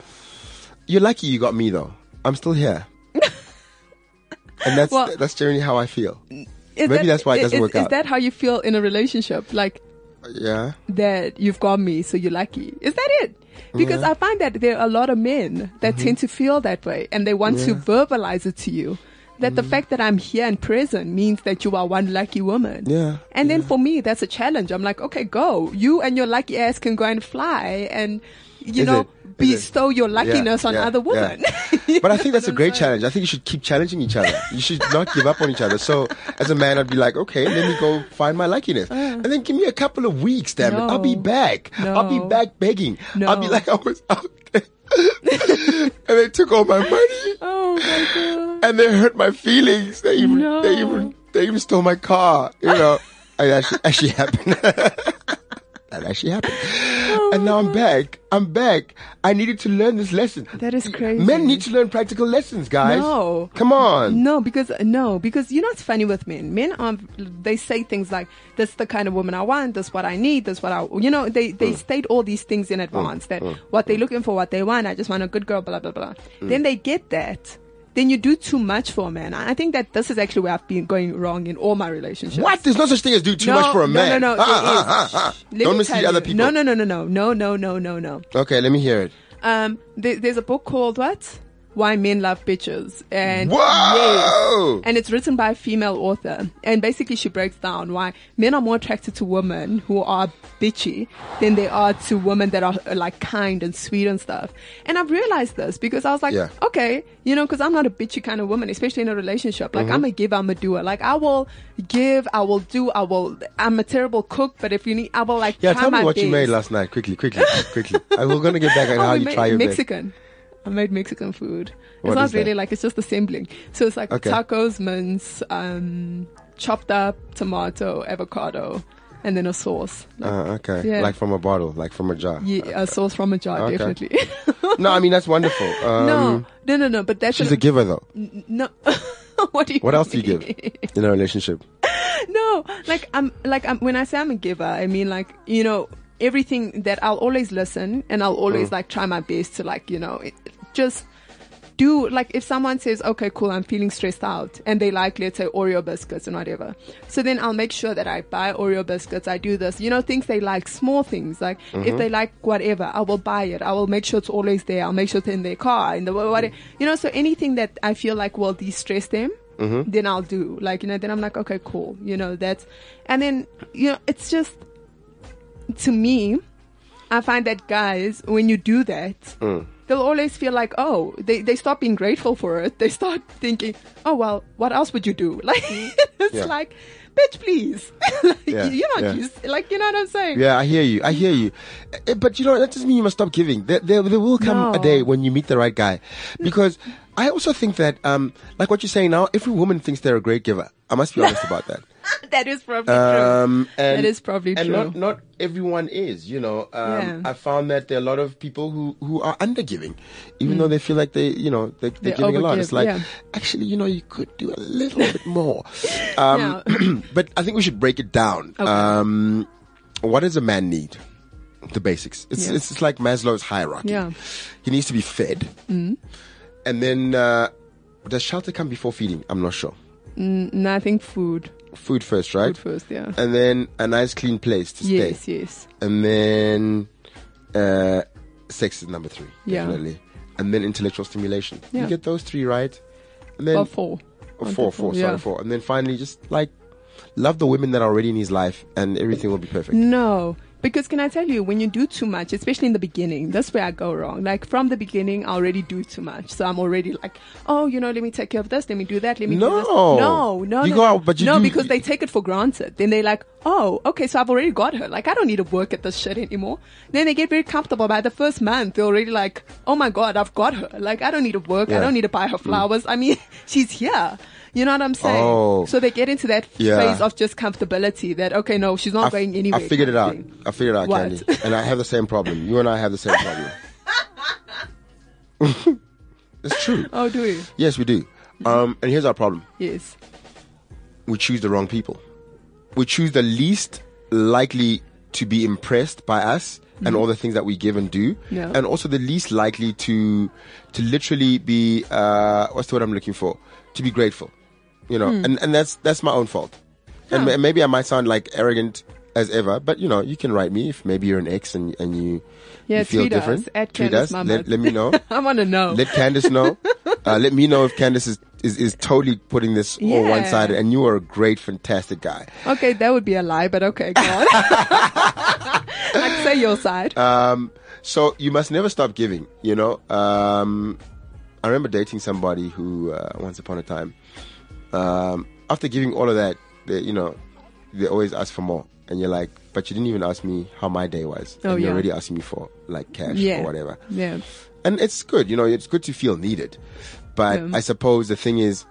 Speaker 3: you're lucky you got me though. I'm still
Speaker 4: [LAUGHS]
Speaker 3: here. and that's
Speaker 4: Well-
Speaker 3: that's generally how I feel.
Speaker 4: Is
Speaker 3: Maybe that's why it
Speaker 4: is-
Speaker 3: doesn't
Speaker 4: is,
Speaker 3: work out.
Speaker 4: Is that how you feel in a relationship? Like
Speaker 3: Yeah.
Speaker 4: that you've got me, so you're lucky. Is that it? Because I find that there are a lot of men that
Speaker 3: Mm-hmm.
Speaker 4: tend to feel that way and they want to verbalize it to you. That
Speaker 3: Mm-hmm.
Speaker 4: the fact that I'm here and present means that you are one lucky woman.
Speaker 3: Yeah,
Speaker 4: And then for me, that's a challenge. I'm like, okay, go. You and your lucky ass can go and fly and, you
Speaker 3: Is
Speaker 4: know,
Speaker 3: it? Is it?
Speaker 4: bestow your luckiness on
Speaker 3: yeah,
Speaker 4: other women.
Speaker 3: yeah. [LAUGHS]
Speaker 4: [LAUGHS]
Speaker 3: but I think that's a
Speaker 4: I'm
Speaker 3: great
Speaker 4: saying?
Speaker 3: challenge. I think you should keep challenging each other. You should not give up on each other. So as a man, I'd be like, okay, let me go find my luckiness, and then give me a couple of weeks, damn it, I'll be
Speaker 4: Uh. No.
Speaker 3: back. I'll be
Speaker 4: No.
Speaker 3: back begging. I'll be
Speaker 4: No.
Speaker 3: like I was out there, [LAUGHS] and they took all my money,
Speaker 4: oh my God.
Speaker 3: and they hurt my feelings. They even, they
Speaker 4: No.
Speaker 3: even, they even stole my car. You
Speaker 4: [LAUGHS]
Speaker 3: know, and that actually, actually happened. [LAUGHS] that actually happened.
Speaker 4: Oh
Speaker 3: and now I'm back. I'm back. I needed to learn this lesson.
Speaker 4: That is crazy.
Speaker 3: Men need to learn practical lessons, guys.
Speaker 4: No.
Speaker 3: Come on.
Speaker 4: No, because no, because you know it's funny with men. Men are they say things like, "This is the kind of woman I want. This is what I need. This is what I you know." They they
Speaker 3: Mm.
Speaker 4: state all these things in advance that what they're looking for, what they want. I just want a good girl. Blah blah blah.
Speaker 3: Mm.
Speaker 4: Then they get that. Then you do too much for a man. I I think that this is actually where I've been going wrong in all my relationships.
Speaker 3: What? There's no such thing as do too
Speaker 4: No,
Speaker 3: much for a
Speaker 4: no,
Speaker 3: man.
Speaker 4: No, no,
Speaker 3: Ah,
Speaker 4: there is.
Speaker 3: ah, ah, ah.
Speaker 4: Shh. Let
Speaker 3: Don't
Speaker 4: me
Speaker 3: mislead
Speaker 4: tell
Speaker 3: other
Speaker 4: you.
Speaker 3: people.
Speaker 4: No, no, no, no, no, no, no, no, no, no.
Speaker 3: Okay, let me hear it.
Speaker 4: Um, there, there's a book called what? Why Men Love Bitches, and
Speaker 3: Whoa!
Speaker 4: yes, and it's written by a female author, and basically she breaks down why men are more attracted to women who are bitchy than they are to women that are uh, like kind and sweet and stuff. And I've realized this because I was like,
Speaker 3: Yeah.
Speaker 4: okay, you know, because I'm not a bitchy kind of woman, especially in a relationship.
Speaker 3: Mm-hmm.
Speaker 4: Like I'm a giver, I'm a doer. Like I will give, I will do, I will. I'm a terrible cook, but if you need, I will like
Speaker 3: Yeah,
Speaker 4: try
Speaker 3: tell me
Speaker 4: my
Speaker 3: what you
Speaker 4: best.
Speaker 3: made last night. Quickly, quickly, quickly. I, we're going to
Speaker 4: [LAUGHS]
Speaker 3: get back at
Speaker 4: Oh,
Speaker 3: how
Speaker 4: we
Speaker 3: you
Speaker 4: made
Speaker 3: try your best.
Speaker 4: Mexican. I made Mexican food.
Speaker 3: What
Speaker 4: it's not
Speaker 3: is that?
Speaker 4: really like it's just assembling. So it's like
Speaker 3: Okay.
Speaker 4: tacos, mince, um, chopped up tomato, avocado, and then a sauce. Like,
Speaker 3: Uh, okay.
Speaker 4: Yeah.
Speaker 3: Like from a bottle, like from a jar.
Speaker 4: ye- a sauce from a jar,
Speaker 3: Okay.
Speaker 4: definitely. [LAUGHS]
Speaker 3: No, I mean, that's wonderful. Um,
Speaker 4: no, no, no, no. But that's
Speaker 3: She's
Speaker 4: an-
Speaker 3: a giver, though.
Speaker 4: n- no. [LAUGHS] what do you?
Speaker 3: What else do you give
Speaker 4: mean? [LAUGHS]
Speaker 3: in a relationship?
Speaker 4: no, like I'm like I'm when I say I'm a giver, I mean like you know
Speaker 3: Mm.
Speaker 4: everything that I'll always listen and I'll always like try my best to like you know it, just do like if someone says, okay, cool, I'm feeling stressed out, and they like let's say Oreo biscuits and whatever. So then I'll make sure that I buy Oreo biscuits. I do this, you know, things they like, small things like if they like whatever, I will buy it. I will make sure it's always there. I'll make sure it's in their car in the whatever, you know. So anything that I feel like will de-stress them. Then I'll do like you know. Then I'm like, okay, cool. You know that's, and then you know it's just to me, I find that guys, when you do that,
Speaker 3: Mm.
Speaker 4: they'll always feel like, oh, they, they stop being grateful for it. They start thinking, oh, well, what else would you do? [LAUGHS] Like, it's
Speaker 3: Yeah.
Speaker 4: like, bitch, please. [LAUGHS] like,
Speaker 3: Yeah,
Speaker 4: You're not
Speaker 3: yeah.
Speaker 4: used. Like, you know what I'm saying?
Speaker 3: Yeah, I hear you. I hear you. Eh, But you know, that doesn't mean you must stop giving. There, there, there will come
Speaker 4: No.
Speaker 3: a day when you meet the right guy. Because I also think that, um, like what you're saying now, every woman thinks they're a great giver. I must be honest about that.
Speaker 4: [LAUGHS] that is probably
Speaker 3: Um,
Speaker 4: true.
Speaker 3: and,
Speaker 4: that is probably
Speaker 3: and
Speaker 4: true.
Speaker 3: Not, not everyone is, you know. Um,
Speaker 4: Yeah.
Speaker 3: I fofound that there are a lot of people who, who are undergiving, even though they feel like they, you know, they, they're
Speaker 4: Mm. They
Speaker 3: giving a lot.
Speaker 4: overgive,
Speaker 3: It's like,
Speaker 4: yeah.
Speaker 3: actually, you know, you could do a little bit
Speaker 4: [LAUGHS]
Speaker 3: more. Um, [CLEARS THROAT] but I think we should break it down.
Speaker 4: Okay.
Speaker 3: Um, what does a man need? The basics. It's,
Speaker 4: Yeah.
Speaker 3: it's, it's like Maslow's hierarchy.
Speaker 4: Yeah. Mm-hmm.
Speaker 3: He needs to be fed. And then, uh, does shelter come before feeding? I'm not sure.
Speaker 4: no, I think food.
Speaker 3: Food first, right?
Speaker 4: Food first, yeah.
Speaker 3: and then a nice clean place to
Speaker 4: yes,
Speaker 3: stay.
Speaker 4: yes.
Speaker 3: And then uh, sex is number three,
Speaker 4: Yeah.
Speaker 3: definitely. And then intellectual stimulation. You
Speaker 4: Yeah.
Speaker 3: get those three right. And then
Speaker 4: Or four.
Speaker 3: oh,
Speaker 4: One
Speaker 3: four,
Speaker 4: to
Speaker 3: four,
Speaker 4: yeah.
Speaker 3: sorry, four. And then finally just like love the women that are already in his life and everything will be perfect.
Speaker 4: No. Because can I tell you, when you do too much, especially in the beginning, that's where I go wrong. Like from the beginning, I already do too much. So I'm already like, oh, you know, let me take care of this, let me do that, let me do this.
Speaker 3: No.
Speaker 4: No, no,
Speaker 3: You
Speaker 4: no,
Speaker 3: go
Speaker 4: no.
Speaker 3: out, but you
Speaker 4: no,
Speaker 3: do-
Speaker 4: because they take it for granted. Then they're like, oh, okay, so I've already got her. Like I don't need to work at this shit anymore. Then they get very comfortable. By the first month, they're already like, oh my god, I've got her. Like I don't need to work.
Speaker 3: Yeah. Mm.
Speaker 4: I don't need to buy her flowers. I mean, [LAUGHS] she's here. You know what I'm saying?
Speaker 3: Oh.
Speaker 4: So they get into that
Speaker 3: Yeah.
Speaker 4: phase of just comfortability. That okay, no, she's
Speaker 3: I
Speaker 4: not not
Speaker 3: f-
Speaker 4: going anywhere.
Speaker 3: I figured it out. I figured it out,
Speaker 4: What?
Speaker 3: Candy. And I have the same problem. You and I have the same
Speaker 4: [LAUGHS]
Speaker 3: problem. it's true.
Speaker 4: Oh, do we?
Speaker 3: Yes, we do. Um, and here's our problem.
Speaker 4: Yes. [LAUGHS]
Speaker 3: we choose the wrong people. We choose the least likely to be impressed by us and all the things that we give and do,
Speaker 4: Mm-hmm. Yeah.
Speaker 3: and also the least likely to to literally be uh, what's the word I'm looking for? To be grateful, you know.
Speaker 4: Hmm.
Speaker 3: And and that's that's my own fault. And ma- maybe I might sound like arrogant as ever, but you know, you can write me if maybe you're an ex and and you
Speaker 4: Yeah,
Speaker 3: you feel
Speaker 4: tweet us
Speaker 3: different.
Speaker 4: at
Speaker 3: tweet us.
Speaker 4: Candace Mamat.
Speaker 3: Let, let me
Speaker 4: [LAUGHS]
Speaker 3: know.
Speaker 4: I want to know.
Speaker 3: Let Candace
Speaker 4: [LAUGHS]
Speaker 3: know. uh, let me know if Candace is, is, is totally putting this all
Speaker 4: Yeah.
Speaker 3: one sided. And you are a great, fantastic guy.
Speaker 4: okay, that would be a lie, but okay, go on. [LAUGHS] like, say your side.
Speaker 3: Um, so you must never stop giving, you know. Um, I remember dating somebody who, uh, once upon a time, um, after giving all of that, they, you know, they always ask for more. And you're like, but you didn't even ask me how my day was.
Speaker 4: Oh,
Speaker 3: and you're
Speaker 4: yeah.
Speaker 3: already asking me for like cash
Speaker 4: yeah.
Speaker 3: or whatever.
Speaker 4: Yeah.
Speaker 3: and it's good you know it's good to feel needed but
Speaker 4: Yeah.
Speaker 3: i suppose the thing is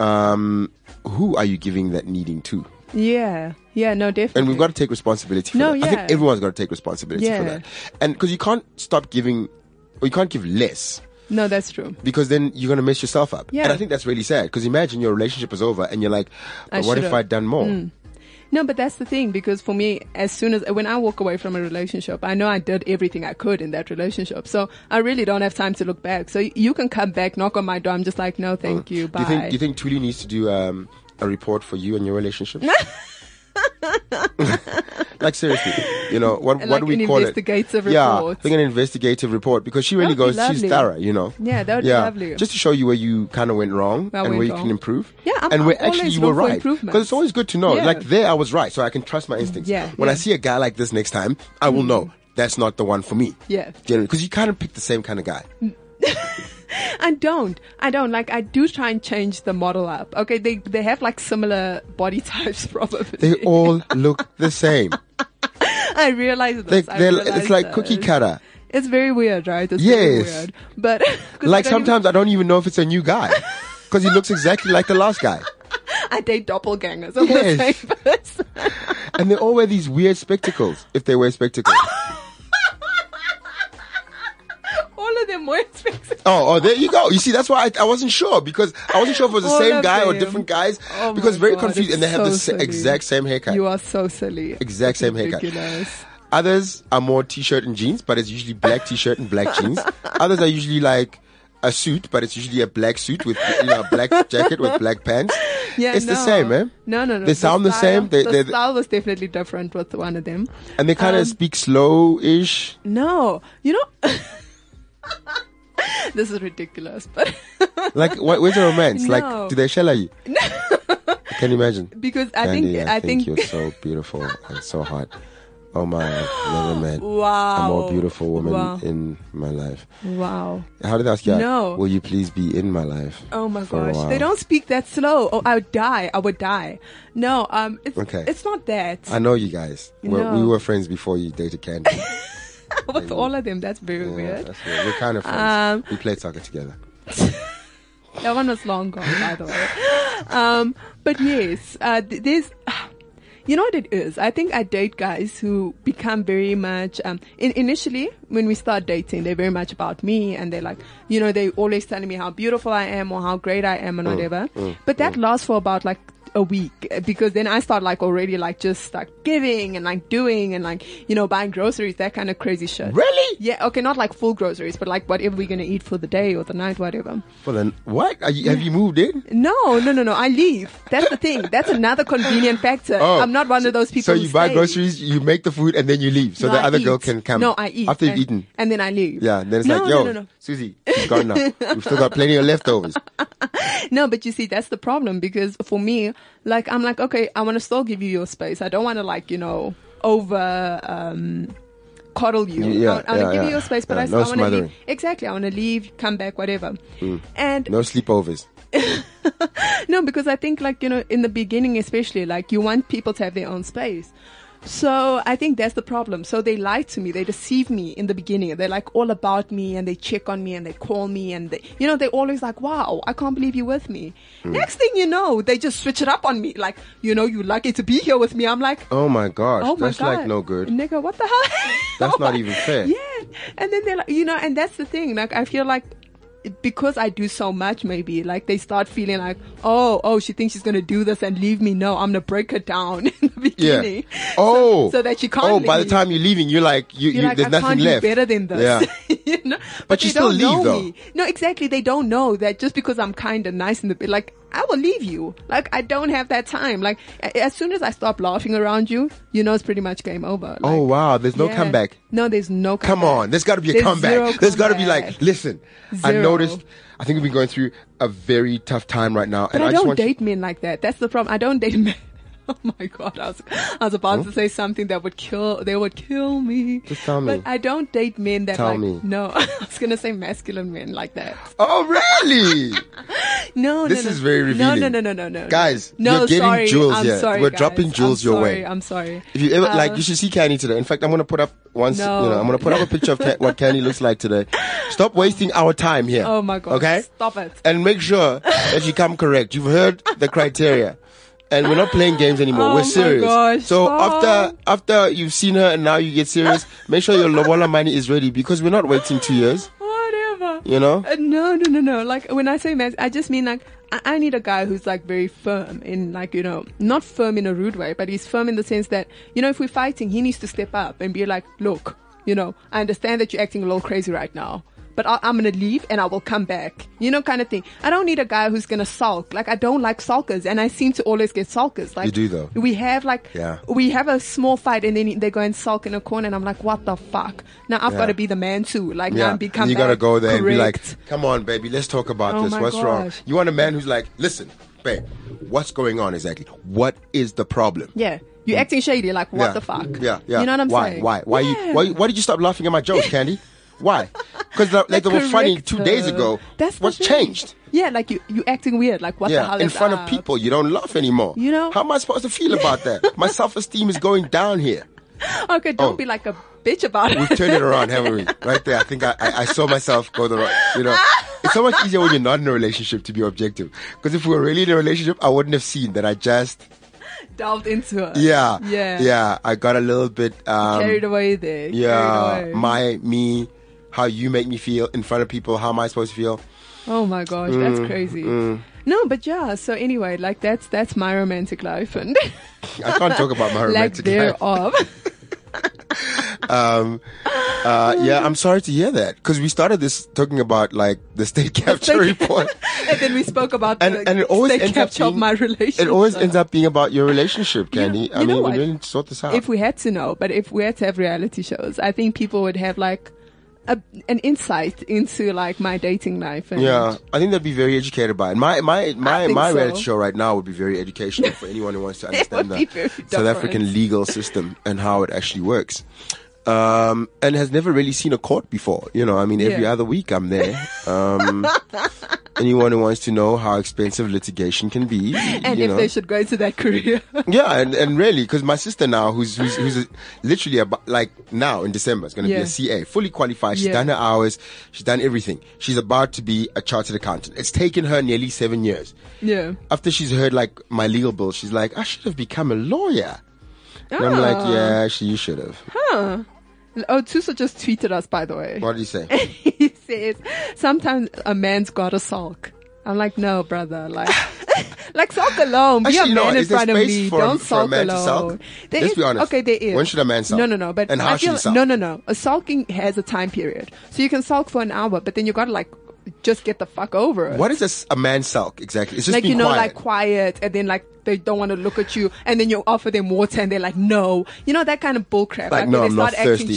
Speaker 3: um who are you giving that needing to
Speaker 4: Yeah. Yeah, no, definitely.
Speaker 3: and we've got to take responsibility for
Speaker 4: No,
Speaker 3: that i think
Speaker 4: yeah.
Speaker 3: everyone's got to take responsibility for
Speaker 4: Yeah.
Speaker 3: that and because you can't stop giving or you can't give less
Speaker 4: No, that's true.
Speaker 3: because then you're going to mess yourself up
Speaker 4: Yeah.
Speaker 3: and i think that's really sad because imagine your relationship is over and you're like
Speaker 4: I
Speaker 3: but what if
Speaker 4: should've- Mm.
Speaker 3: i'd done more
Speaker 4: No, but that's the thing because for me, as soon as when I walk away from a relationship, I know I did everything I could in that relationship. So I really don't have time to look back. So you can come back, knock on my door. I'm just like, no, thank you.
Speaker 3: Oh. do
Speaker 4: Bye.
Speaker 3: you think do you think Tuli needs to do um, a report for you and your
Speaker 4: [LAUGHS]
Speaker 3: relationship [LAUGHS] like seriously you know what what
Speaker 4: Like
Speaker 3: do we
Speaker 4: an
Speaker 3: call
Speaker 4: investigative
Speaker 3: it yeah
Speaker 4: report.
Speaker 3: like an investigative report because she really
Speaker 4: That
Speaker 3: goes
Speaker 4: would be
Speaker 3: she's
Speaker 4: lovely.
Speaker 3: thorough you know
Speaker 4: Yeah, that would be
Speaker 3: yeah
Speaker 4: lovely.
Speaker 3: just to show you where you kind of went wrong
Speaker 4: Where I
Speaker 3: and where
Speaker 4: went
Speaker 3: you can
Speaker 4: wrong.
Speaker 3: improve
Speaker 4: Yeah, I'm-
Speaker 3: and
Speaker 4: I'm
Speaker 3: where actually
Speaker 4: always
Speaker 3: you were
Speaker 4: room for
Speaker 3: right
Speaker 4: improvement.
Speaker 3: because it's always good to know
Speaker 4: Yeah.
Speaker 3: like there I was right so I can trust my instincts
Speaker 4: Yeah,
Speaker 3: when I
Speaker 4: yeah. Mm.
Speaker 3: see a guy like this next time I will know that's not the one for me
Speaker 4: Yeah.
Speaker 3: generally because you kind of pick the same kind of guy
Speaker 4: I don't. I don't. Like, I do try and change the model up. Okay, they they have like similar body [LAUGHS] types, probably.
Speaker 3: they
Speaker 4: [LAUGHS]
Speaker 3: all look the same.
Speaker 4: I realize
Speaker 3: They,
Speaker 4: this. I
Speaker 3: they're, it's
Speaker 4: realize
Speaker 3: like
Speaker 4: this.
Speaker 3: cookie cutter.
Speaker 4: It's very weird, right? It's very
Speaker 3: Yes.
Speaker 4: weird. But [LAUGHS] 'cause I
Speaker 3: Like
Speaker 4: don't even-
Speaker 3: sometimes I don't even know if it's a new guy because he looks exactly like the last guy,
Speaker 4: I date doppelgangers of the
Speaker 3: Yes.
Speaker 4: same person.
Speaker 3: and they all wear these weird spectacles if they wear spectacles.
Speaker 4: [LAUGHS] All of them were expensive.
Speaker 3: Oh, oh, there you go. You see, that's why I, I wasn't sure because I wasn't sure if it was the
Speaker 4: All
Speaker 3: same
Speaker 4: of
Speaker 3: guy or
Speaker 4: them.
Speaker 3: different guys
Speaker 4: Oh my
Speaker 3: [LAUGHS] because very
Speaker 4: God,
Speaker 3: confused,
Speaker 4: it's
Speaker 3: and they have the
Speaker 4: so
Speaker 3: sa-
Speaker 4: silly.
Speaker 3: exact same haircut.
Speaker 4: You are so silly.
Speaker 3: Exact same haircut.
Speaker 4: Ridiculous.
Speaker 3: Others are more t-shirt and jeans, but it's usually black t-shirt and black jeans. Others are usually like a suit, but it's usually a black suit with you know, a black jacket with black pants.
Speaker 4: Yeah,
Speaker 3: it's the
Speaker 4: no.
Speaker 3: same, eh?
Speaker 4: No, no, no.
Speaker 3: They sound the
Speaker 4: style-
Speaker 3: same. They-
Speaker 4: the
Speaker 3: they-
Speaker 4: style was definitely different with one of them.
Speaker 3: And they
Speaker 4: Um,
Speaker 3: kind of speak slow-ish.
Speaker 4: No, you know, [LAUGHS] this is ridiculous, but [LAUGHS]
Speaker 3: Like, wh- where's the romance?
Speaker 4: No.
Speaker 3: Like, do they shell
Speaker 4: [LAUGHS]
Speaker 3: at you? I can imagine.
Speaker 4: because I
Speaker 3: Candy,
Speaker 4: think
Speaker 3: I,
Speaker 4: I think,
Speaker 3: you're so beautiful and so hot. Oh my, I've never met
Speaker 4: [LAUGHS] wow,
Speaker 3: a more beautiful woman
Speaker 4: Wow,
Speaker 3: in my life.
Speaker 4: wow.
Speaker 3: How did I ask you? out?
Speaker 4: No.
Speaker 3: Will you please be in my life?
Speaker 4: Oh my
Speaker 3: for a
Speaker 4: gosh,
Speaker 3: while?
Speaker 4: they don't speak that slow. Oh, I would die. I would die. No, um, it's
Speaker 3: Okay.
Speaker 4: it's not that
Speaker 3: I know you guys. We're,
Speaker 4: No.
Speaker 3: We were friends before you dated Candy.
Speaker 4: [LAUGHS] with all of them. That's very
Speaker 3: yeah,
Speaker 4: [LAUGHS] weird.
Speaker 3: that's weird. We're kind of friends.
Speaker 4: Um,
Speaker 3: we played soccer together.
Speaker 4: That one was long gone, by the way. Um, but yes, uh, th- there's. You know what it is? I think I date guys who become very much, um, in, initially when we start dating, they're very much about me and they're like, you know, they always telling me how beautiful I am or how great I am and whatever. but that lasts for about like a week uh, because then I start like already like just like giving and like doing and like, you know, buying groceries, that kind of crazy shit.
Speaker 3: Really?
Speaker 4: Yeah. Okay. Not like full groceries, but like whatever we're going to eat for the day or the night, whatever.
Speaker 3: Well, then, what? Are you, have you moved in?
Speaker 4: No, no, no, no. I leave. That's the thing. That's another convenient factor.
Speaker 3: Oh.
Speaker 4: I'm not one of those people.
Speaker 3: So
Speaker 4: who
Speaker 3: you buy
Speaker 4: stay.
Speaker 3: groceries, you make the food, and then you leave, so
Speaker 4: No,
Speaker 3: the
Speaker 4: I
Speaker 3: other girl
Speaker 4: eat.
Speaker 3: can come.
Speaker 4: No, I eat
Speaker 3: after you've
Speaker 4: and,
Speaker 3: eaten.
Speaker 4: and then I leave.
Speaker 3: Yeah, then it's
Speaker 4: no,
Speaker 3: like, yo,
Speaker 4: no, no, no,
Speaker 3: Susie, she's gone
Speaker 4: [LAUGHS]
Speaker 3: now. We've still got plenty of leftovers.
Speaker 4: no. But you see, that's the problem because for me, like, I'm like, okay, I want to still give you your space. I don't want to like, you know, over. um coddle you.
Speaker 3: Yeah,
Speaker 4: I, want- I want
Speaker 3: yeah,
Speaker 4: to
Speaker 3: yeah.
Speaker 4: give you your space, but
Speaker 3: Yeah,
Speaker 4: I,
Speaker 3: no
Speaker 4: want to leave.
Speaker 3: smothering. Mm.
Speaker 4: Exactly, I want to leave, come back, whatever. And
Speaker 3: No sleepovers.
Speaker 4: [LAUGHS] No, because I think like, you know, in the beginning especially, like you want people to have their own space. So I think that's the problem. So they lie to me, they deceive me in the beginning. They're like all about me and they check on me and they call me and they you know, they're always like, Wow, I can't believe you're with me. Next thing you know, they just switch it up on me, like, you know, you're lucky to be here with me. I'm like
Speaker 3: Oh my gosh,
Speaker 4: Oh my
Speaker 3: that's
Speaker 4: god.
Speaker 3: like no good.
Speaker 4: Nigga, what the hell?
Speaker 3: [LAUGHS] That's not even fair.
Speaker 4: [LAUGHS] Yeah. And then they're like, you know, and that's the thing. Like, I feel like because I do so much, maybe, like, they start feeling like, oh, oh, she thinks she's going to do this and leave me. No, I'm going to break her down [LAUGHS] in the
Speaker 3: Yeah.
Speaker 4: beginning.
Speaker 3: oh.
Speaker 4: So, so that she can't
Speaker 3: Oh,
Speaker 4: leave.
Speaker 3: by the time you're leaving, you're like, you,
Speaker 4: you're
Speaker 3: you-
Speaker 4: like,
Speaker 3: there's
Speaker 4: I
Speaker 3: nothing
Speaker 4: can't
Speaker 3: left.
Speaker 4: do better than this. [LAUGHS]
Speaker 3: Yeah.
Speaker 4: you know? But,
Speaker 3: you
Speaker 4: they
Speaker 3: still
Speaker 4: don't
Speaker 3: leave,
Speaker 4: know
Speaker 3: though.
Speaker 4: Me. No, exactly. They don't know that just because I'm kind and nice in the bit, like, I will leave you. Like, I don't have that time. Like, a- as soon as I stop laughing around you, you know it's pretty much game over. Like,
Speaker 3: oh wow, there's no
Speaker 4: yeah.
Speaker 3: comeback.
Speaker 4: No, there's no comeback.
Speaker 3: Come on, there's got to be a
Speaker 4: There's
Speaker 3: comeback.
Speaker 4: zero
Speaker 3: There's got to be
Speaker 4: comeback.
Speaker 3: like, listen, I
Speaker 4: Zero.
Speaker 3: noticed. I think we've been going through a very tough time right now,
Speaker 4: But
Speaker 3: and
Speaker 4: I,
Speaker 3: I, just
Speaker 4: don't
Speaker 3: want you-
Speaker 4: date men like that. That's the problem. I don't date [LAUGHS] men. Oh my god, I was, I was about to say something that would kill, they would kill me.
Speaker 3: Hmm? Just tell me.
Speaker 4: But I don't date men that
Speaker 3: Tell
Speaker 4: like,
Speaker 3: me.
Speaker 4: no, [LAUGHS] I was gonna say masculine men like that.
Speaker 3: Oh
Speaker 4: [LAUGHS]
Speaker 3: really?
Speaker 4: No,
Speaker 3: This
Speaker 4: no, no.
Speaker 3: is very revealing.
Speaker 4: No, no, no, no, no, no.
Speaker 3: Guys,
Speaker 4: no,
Speaker 3: you're getting
Speaker 4: sorry,
Speaker 3: jewels
Speaker 4: I'm
Speaker 3: here.
Speaker 4: Sorry,
Speaker 3: We're
Speaker 4: guys.
Speaker 3: dropping jewels
Speaker 4: I'm
Speaker 3: your
Speaker 4: sorry,
Speaker 3: way.
Speaker 4: I'm sorry.
Speaker 3: If you ever
Speaker 4: Uh,
Speaker 3: like, you should see Candy today. In fact, I'm gonna put up once.
Speaker 4: No.
Speaker 3: You know, I'm gonna put up a picture of Ca- what Candy looks like
Speaker 4: [LAUGHS]
Speaker 3: today. Stop wasting our time here.
Speaker 4: Oh my god.
Speaker 3: Okay.
Speaker 4: Stop it.
Speaker 3: And make sure that you come correct. You've heard the criteria. And we're not playing games anymore.
Speaker 4: Oh
Speaker 3: we're
Speaker 4: my
Speaker 3: serious.
Speaker 4: gosh,
Speaker 3: so
Speaker 4: stop.
Speaker 3: after after you've seen her and now you get serious, make sure your lobola money is ready because we're not waiting two years.
Speaker 4: Whatever.
Speaker 3: You know.
Speaker 4: Uh, no, no, no, no. Like when I say mess, I just mean like I, I need a guy who's like very firm in like you know not firm in a rude way, but he's firm in the sense that you know if we're fighting, he needs to step up and be like, look, you know, I understand that you're acting a little crazy right now. But I, I'm gonna leave and I will come back, you know, kind of thing. I don't need a guy who's gonna sulk. Like I don't like sulkers, and I seem to always get sulkers. Like
Speaker 3: You do, though.
Speaker 4: We have like
Speaker 3: Yeah.
Speaker 4: we have a small fight, and then they go and sulk in a corner, and I'm like, what the fuck? Now I've
Speaker 3: Yeah.
Speaker 4: got to be the man too. Like now I'm become
Speaker 3: And you gotta
Speaker 4: back.
Speaker 3: go there and be
Speaker 4: Correct.
Speaker 3: like, come on, baby, let's talk about
Speaker 4: Oh
Speaker 3: this.
Speaker 4: my
Speaker 3: What's wrong?
Speaker 4: gosh.
Speaker 3: You want a man who's like, listen, babe, what's going on exactly? What is the problem?
Speaker 4: Yeah. You're acting shady, like what
Speaker 3: Mm. Yeah.
Speaker 4: the fuck?
Speaker 3: Yeah, yeah.
Speaker 4: You know what I'm
Speaker 3: why,
Speaker 4: saying?
Speaker 3: Why? Why?
Speaker 4: Yeah.
Speaker 3: You, why? Why did you stop laughing at my jokes, Candy?
Speaker 4: [LAUGHS]
Speaker 3: Why? Because like, they were funny
Speaker 4: correct
Speaker 3: two days
Speaker 4: her.
Speaker 3: ago.
Speaker 4: That's the
Speaker 3: what's
Speaker 4: thing.
Speaker 3: changed?
Speaker 4: Yeah, like you you acting weird, like what the
Speaker 3: Yeah,
Speaker 4: hell
Speaker 3: in
Speaker 4: is
Speaker 3: front
Speaker 4: up?
Speaker 3: of people, you don't laugh anymore.
Speaker 4: You know?
Speaker 3: how am I supposed to feel about that?
Speaker 4: [LAUGHS]
Speaker 3: My self-esteem is going down here.
Speaker 4: Okay, don't
Speaker 3: Oh.
Speaker 4: be like a bitch about
Speaker 3: We've
Speaker 4: it.
Speaker 3: turned it around, haven't we? Right there. I think I, I, I saw myself go the wrong. You know, it's so much easier when you're not in a relationship to be objective. Because if we were really in a relationship, I wouldn't have seen that. I just,
Speaker 4: [LAUGHS] Delved into it.
Speaker 3: yeah,
Speaker 4: Yeah.
Speaker 3: yeah. I got a little bit, um,
Speaker 4: Carried away there.
Speaker 3: yeah,
Speaker 4: Carried away.
Speaker 3: my me, how you make me feel in front of people. How am I supposed to feel?
Speaker 4: oh my gosh,
Speaker 3: Mm,
Speaker 4: that's crazy. No, but yeah, so anyway, like that's that's my romantic life and [LAUGHS]
Speaker 3: I can't talk about my
Speaker 4: lack
Speaker 3: romantic life.
Speaker 4: thereof.
Speaker 3: Um,
Speaker 4: [LAUGHS]
Speaker 3: Uh, yeah, I'm sorry to hear that because we started this talking about like the state capture report.
Speaker 4: [LAUGHS] and then we spoke about
Speaker 3: [LAUGHS] And-
Speaker 4: the
Speaker 3: and it always
Speaker 4: state
Speaker 3: ends up
Speaker 4: capture of
Speaker 3: being-
Speaker 4: my relationship.
Speaker 3: It always ends up being about your relationship,
Speaker 4: You know-
Speaker 3: Candy. I
Speaker 4: you know
Speaker 3: mean, we
Speaker 4: what?
Speaker 3: didn't sort this out.
Speaker 4: if we had to know, but if we had to have reality shows, I think people would have like a, an insight into like my dating life. And
Speaker 3: yeah, I think they'd be very educated by it. My my my
Speaker 4: think
Speaker 3: my
Speaker 4: so.
Speaker 3: reality show right now would be very educational
Speaker 4: [LAUGHS]
Speaker 3: for anyone who wants to
Speaker 4: would
Speaker 3: understand
Speaker 4: be
Speaker 3: the
Speaker 4: very
Speaker 3: South
Speaker 4: different.
Speaker 3: African legal system and how it actually works. Um, and has never really seen a court before. You know, I mean, every
Speaker 4: Yeah.
Speaker 3: other week I'm there.
Speaker 4: [LAUGHS]
Speaker 3: Um, anyone who wants to know how expensive litigation can be,
Speaker 4: And
Speaker 3: you
Speaker 4: if
Speaker 3: know.
Speaker 4: they should go into that [LAUGHS] career.
Speaker 3: Yeah, and, and really, because my sister now, who's who's, who's a, literally about, like now in December, is going to be
Speaker 4: Yeah.
Speaker 3: a CA, fully qualified. She's
Speaker 4: Yeah.
Speaker 3: done her hours, she's done everything. She's about to be a chartered accountant. It's taken her nearly seven years.
Speaker 4: yeah.
Speaker 3: After she's heard like my legal bill, she's like, I should have become a lawyer. And I'm like,
Speaker 4: Ah.
Speaker 3: yeah, actually, you should have.
Speaker 4: Oh, Tuso just tweeted us, by the way.
Speaker 3: What do you say?
Speaker 4: [LAUGHS] he says, sometimes a man's got a sulk. I'm like, no, brother. Like, [LAUGHS] like sulk alone. Be
Speaker 3: Actually,
Speaker 4: a
Speaker 3: you know
Speaker 4: man
Speaker 3: what?
Speaker 4: in
Speaker 3: Is there
Speaker 4: front of
Speaker 3: space
Speaker 4: me.
Speaker 3: for a-
Speaker 4: Don't
Speaker 3: for a
Speaker 4: sulk
Speaker 3: man to
Speaker 4: alone.
Speaker 3: sulk?
Speaker 4: There
Speaker 3: Let's
Speaker 4: is-
Speaker 3: be honest.
Speaker 4: Okay, there is.
Speaker 3: When should a man sulk?
Speaker 4: No, no, no. But
Speaker 3: And how
Speaker 4: I feel,
Speaker 3: should he sulk?
Speaker 4: No, no, no. A sulking has a time period, so you can sulk for an hour, but then you gotta like just get the fuck over it.
Speaker 3: What is a s- a, man sulk exactly? It's just
Speaker 4: like
Speaker 3: being
Speaker 4: you know,
Speaker 3: quiet.
Speaker 4: like quiet, and then like they don't want to look at you, and then you offer them water, and they're like, "No," you know that kind of bull crap.
Speaker 3: Like,
Speaker 4: when
Speaker 3: "No,
Speaker 4: they
Speaker 3: I'm
Speaker 4: start
Speaker 3: not
Speaker 4: acting
Speaker 3: thirsty."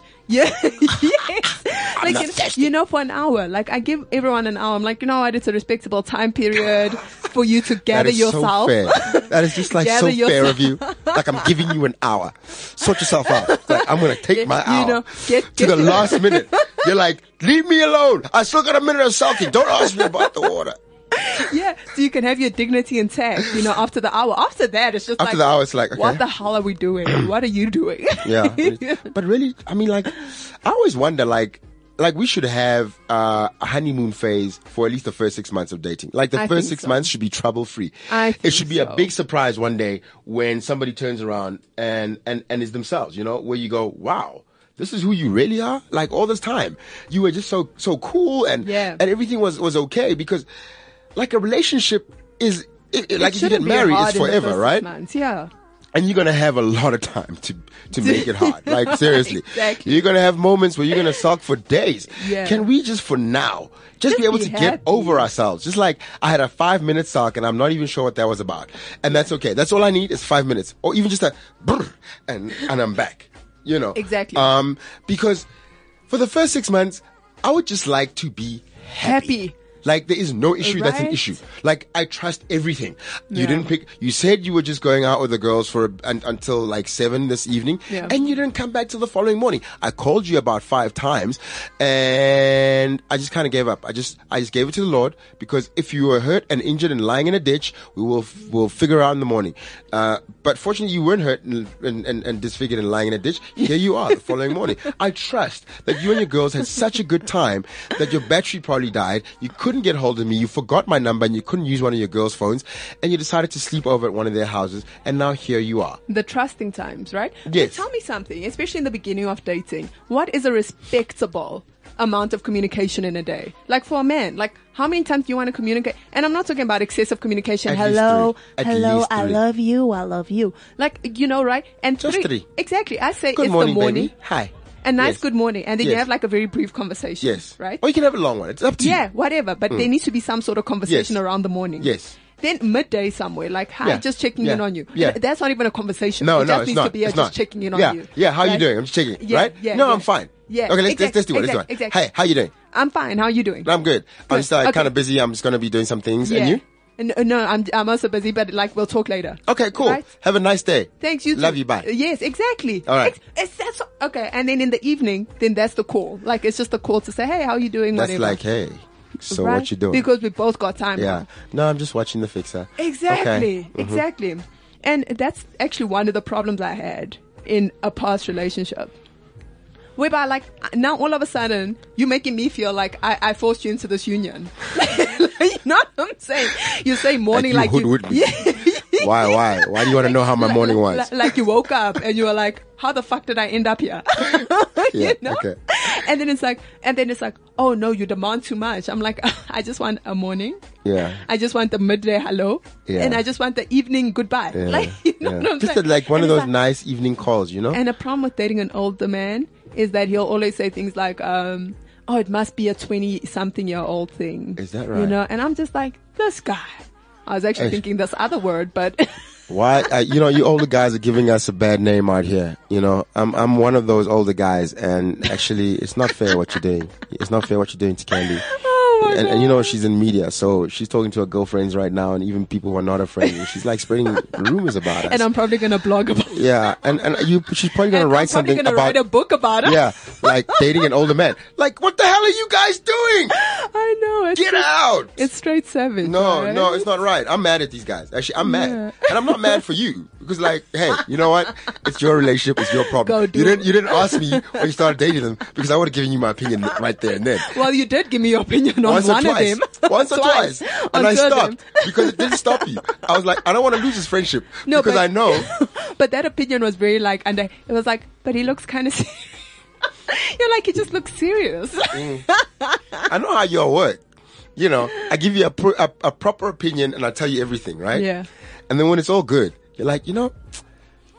Speaker 3: [LAUGHS]
Speaker 4: [LAUGHS] yeah, yes. Like
Speaker 3: not
Speaker 4: you, know,
Speaker 3: thirsty.
Speaker 4: you know, for an hour, like I give everyone an hour. I'm like, you know what? It's a respectable
Speaker 3: [LAUGHS]
Speaker 4: time period for you to
Speaker 3: That
Speaker 4: gather
Speaker 3: is
Speaker 4: yourself.
Speaker 3: so fair. That is just like so
Speaker 4: Gather
Speaker 3: fair of you. Like I'm giving you an hour. Sort yourself out. Like I'm gonna take
Speaker 4: Yeah,
Speaker 3: my
Speaker 4: you
Speaker 3: hour
Speaker 4: know, get-
Speaker 3: to
Speaker 4: get
Speaker 3: the
Speaker 4: your-
Speaker 3: last minute. You're like, leave me alone. I still got a minute of sulking. Don't ask me about the water.
Speaker 4: [LAUGHS] yeah, so you can have your dignity intact. You know, after the hour. After that, it's just
Speaker 3: After
Speaker 4: like
Speaker 3: the hour, it's like, okay.
Speaker 4: what the hell are we
Speaker 3: [CLEARS THROAT]
Speaker 4: doing? what are you doing? [LAUGHS]
Speaker 3: [LAUGHS] Yeah. But really, I mean, like, I always wonder, like, like we should have uh, a honeymoon phase for at least the first six months of dating. Like the
Speaker 4: I
Speaker 3: first
Speaker 4: think
Speaker 3: six
Speaker 4: so.
Speaker 3: months should be trouble free.
Speaker 4: I
Speaker 3: It
Speaker 4: think
Speaker 3: should be
Speaker 4: so.
Speaker 3: a big surprise one day when somebody turns around and and and is themselves. You know, where you go, wow. This is who you really are. Like all this time, you were just so so cool, and
Speaker 4: Yeah.
Speaker 3: and everything was was okay because, like a relationship is it, like if you get
Speaker 4: shouldn't be
Speaker 3: married,
Speaker 4: hard
Speaker 3: it's
Speaker 4: in the
Speaker 3: forever,
Speaker 4: first six
Speaker 3: right?
Speaker 4: months, Yeah.
Speaker 3: and you're gonna have a lot of time to
Speaker 4: [LAUGHS]
Speaker 3: to make it hard. Like seriously,
Speaker 4: Exactly.
Speaker 3: you're gonna have moments where you're gonna sulk for days.
Speaker 4: Yeah.
Speaker 3: Can we just for now just,
Speaker 4: Just
Speaker 3: be able
Speaker 4: be
Speaker 3: to
Speaker 4: happy.
Speaker 3: get over ourselves? Just like I had a five minute sulk and I'm not even sure what that was about, and that's okay. That's all I need is five minutes, or even just a brr, and and I'm back. You know
Speaker 4: Exactly.
Speaker 3: Um, because for the first six months, I would just like to be happy.
Speaker 4: Happy.
Speaker 3: Like there is no issue that's an
Speaker 4: Right?
Speaker 3: issue. Like I trust everything. You
Speaker 4: Yeah.
Speaker 3: didn't pick. You said you were just going out with the girls for a, un, until like seven this evening,
Speaker 4: Yeah.
Speaker 3: and you didn't come back till the following morning. I called you about five times, and I just kind of gave up. I just I just gave it to the Lord because if you were hurt and injured and lying in a ditch, we will f- we'll figure out in the morning. Uh, but fortunately, you weren't hurt and, and, and, and disfigured and lying in a ditch. Here you are the following morning. I trust that you and your girls had such a good time that your battery probably died. You couldn't get hold of me. You forgot my number and you couldn't use one of your girls' phones, and you decided to sleep over at one of their houses. And now here you are.
Speaker 4: the trusting times, right?
Speaker 3: Yes.
Speaker 4: So tell me something, especially in the beginning of dating. What is a respectable amount of communication in a day? Like for a man, like how many times do you want to communicate? And I'm not talking about excessive communication.
Speaker 3: At least
Speaker 4: hello,
Speaker 3: three. At
Speaker 4: hello,
Speaker 3: least
Speaker 4: I
Speaker 3: three.
Speaker 4: love you, I love you. Like you know, right? And
Speaker 3: Just three.
Speaker 4: Exactly. I say
Speaker 3: Good
Speaker 4: it's
Speaker 3: morning,
Speaker 4: the morning.
Speaker 3: baby. Hi.
Speaker 4: A nice
Speaker 3: Yes.
Speaker 4: good morning, and then you
Speaker 3: Yes.
Speaker 4: have like a very brief conversation.
Speaker 3: Yes.
Speaker 4: Right.
Speaker 3: Or you can have a long one. It's up to
Speaker 4: Yeah,
Speaker 3: you.
Speaker 4: whatever. But there needs to be some sort of conversation
Speaker 3: Mm. Yes.
Speaker 4: around the morning.
Speaker 3: Yes.
Speaker 4: Then midday somewhere, like hi,
Speaker 3: Yeah.
Speaker 4: just checking in
Speaker 3: Yeah.
Speaker 4: on you.
Speaker 3: Yeah.
Speaker 4: That's not even a conversation.
Speaker 3: No,
Speaker 4: it
Speaker 3: no,
Speaker 4: just
Speaker 3: it's
Speaker 4: needs
Speaker 3: not.
Speaker 4: to be a
Speaker 3: it's
Speaker 4: just
Speaker 3: not.
Speaker 4: checking in
Speaker 3: yeah.
Speaker 4: on you.
Speaker 3: Yeah, how you
Speaker 4: Right?
Speaker 3: doing? I'm just checking.
Speaker 4: Yeah,
Speaker 3: right?
Speaker 4: Yeah,
Speaker 3: no,
Speaker 4: yeah.
Speaker 3: I'm fine.
Speaker 4: Yeah.
Speaker 3: Okay, let's, let's, let's do it.
Speaker 4: Exact-
Speaker 3: let's do it.
Speaker 4: Exactly.
Speaker 3: Hey, how you doing?
Speaker 4: I'm fine. How you doing?
Speaker 3: I'm good. I'm just like
Speaker 4: Okay.
Speaker 3: kind of busy. I'm just going to be doing some things. Um, And you?
Speaker 4: And, uh, No, I'm I'm also busy, but like we'll talk later.
Speaker 3: Okay, cool.
Speaker 4: Right?
Speaker 3: Have a nice day.
Speaker 4: Thanks, you. too. Uh,
Speaker 3: Love you. Bye.
Speaker 4: Yes, exactly.
Speaker 3: All right.
Speaker 4: Ex- It's, that's okay. And then in the evening, then that's the call. Like it's just a call to say, hey, how you doing?
Speaker 3: That's
Speaker 4: Whatever.
Speaker 3: like, hey, so
Speaker 4: Right?
Speaker 3: what you doing?
Speaker 4: Because we both got time.
Speaker 3: yeah.
Speaker 4: now.
Speaker 3: No, I'm just watching the fixer.
Speaker 4: Exactly.
Speaker 3: Okay. Mm-hmm.
Speaker 4: Exactly. And that's actually one of the problems I had in a past relationship. Whereby, like, now all of a sudden, you're making me feel like I, I forced you into this union. [LAUGHS] you know what I'm saying? You say morning
Speaker 3: Like
Speaker 4: like
Speaker 3: you
Speaker 4: you,
Speaker 3: hoodwinked me.
Speaker 4: Yeah.
Speaker 3: [LAUGHS] Why, why? Why do you want to know how my
Speaker 4: [LAUGHS] Like-
Speaker 3: morning
Speaker 4: like-
Speaker 3: was?
Speaker 4: Like, you woke up and you were like, how the fuck did I end up here? [LAUGHS]
Speaker 3: Yeah,
Speaker 4: you know?
Speaker 3: okay.
Speaker 4: And then it's like, and then it's like, oh no, you demand too much. I'm like, [LAUGHS] I just want a morning.
Speaker 3: Yeah.
Speaker 4: I just want the midday hello.
Speaker 3: Yeah.
Speaker 4: And I just want the evening goodbye.
Speaker 3: Yeah,
Speaker 4: Like, [LAUGHS] you know
Speaker 3: yeah.
Speaker 4: what I'm
Speaker 3: Just
Speaker 4: saying?
Speaker 3: like one
Speaker 4: And
Speaker 3: of
Speaker 4: it's
Speaker 3: those nice evening calls, you know?
Speaker 4: and a problem with dating an older man is that he'll always say things like, um, "Oh, it must be a twenty-something year old thing."
Speaker 3: Is that
Speaker 4: You
Speaker 3: right?
Speaker 4: know, and I'm just like, this guy. I was actually
Speaker 3: Ish.
Speaker 4: thinking this other word, but [LAUGHS]
Speaker 3: Why? Uh, you know, you older guys are giving us a bad name out here. You know, I'm I'm one of those older guys, and actually, it's not fair what you're doing. It's not fair what you're doing to Candy.
Speaker 4: oh my
Speaker 3: And,
Speaker 4: God.
Speaker 3: and you know she's in media, so she's talking to her girlfriends right now, and even people who are not her friends. and She's like spreading rumors about us.
Speaker 4: and I'm probably gonna blog about. it.
Speaker 3: yeah, and and you, she's probably gonna
Speaker 4: And I'm
Speaker 3: write
Speaker 4: probably
Speaker 3: something
Speaker 4: gonna
Speaker 3: about
Speaker 4: write a book about it.
Speaker 3: yeah, like dating an older man. Like, what the hell are you guys doing?
Speaker 4: [LAUGHS] I know. It's
Speaker 3: Get
Speaker 4: just-
Speaker 3: out!
Speaker 4: It's straight savage.
Speaker 3: No,
Speaker 4: right?
Speaker 3: no, it's not right. I'm mad at these guys. Actually, I'm mad, and I'm not mad for you because, like, hey, you know what? It's your relationship.
Speaker 4: [LAUGHS]
Speaker 3: It's your problem.
Speaker 4: Go do
Speaker 3: you
Speaker 4: it.
Speaker 3: didn't. You didn't ask me when you started dating them because I would have given you my opinion right there and then.
Speaker 4: [LAUGHS] Well, you did give me your opinion on
Speaker 3: Once
Speaker 4: one
Speaker 3: or twice.
Speaker 4: of
Speaker 3: [LAUGHS]
Speaker 4: them.
Speaker 3: Once or
Speaker 4: [LAUGHS]
Speaker 3: twice.
Speaker 4: On
Speaker 3: And I
Speaker 4: two of them.
Speaker 3: stopped because it didn't stop you. I was like, I don't want to lose this friendship
Speaker 4: No,
Speaker 3: because
Speaker 4: but-
Speaker 3: I know.
Speaker 4: [LAUGHS] but that opinion was very like, and it was like, but he looks kind of. serious. [LAUGHS] You're like, he just looks serious.
Speaker 3: Mm-hmm. I know how you all work. You know, I give you a, pro- a, a proper opinion and I tell you everything, right?
Speaker 4: Yeah.
Speaker 3: And then when it's all good, you're like, you know,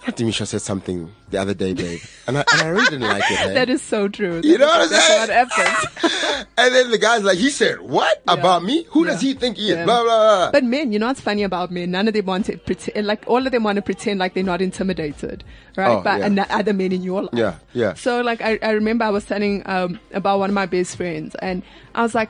Speaker 3: I think Misha said something the other day, babe. And I, and I really didn't
Speaker 4: [LAUGHS]
Speaker 3: like it. hey?
Speaker 4: [LAUGHS] that is so true.
Speaker 3: You know what I'm
Speaker 4: That's
Speaker 3: saying?
Speaker 4: What happens.
Speaker 3: and then the guy's like, he said, what about me? Who does
Speaker 4: Yeah.
Speaker 3: he think he is?
Speaker 4: Yeah.
Speaker 3: Blah, blah, blah.
Speaker 4: But men, you know what's funny about men? None of them want to pretend, like all of them want to pretend like they're not intimidated, right?
Speaker 3: Oh,
Speaker 4: by
Speaker 3: yeah.
Speaker 4: an- other men in your life.
Speaker 3: Yeah, yeah.
Speaker 4: So like, I, I remember I was telling um, about one of my best friends, and I was like,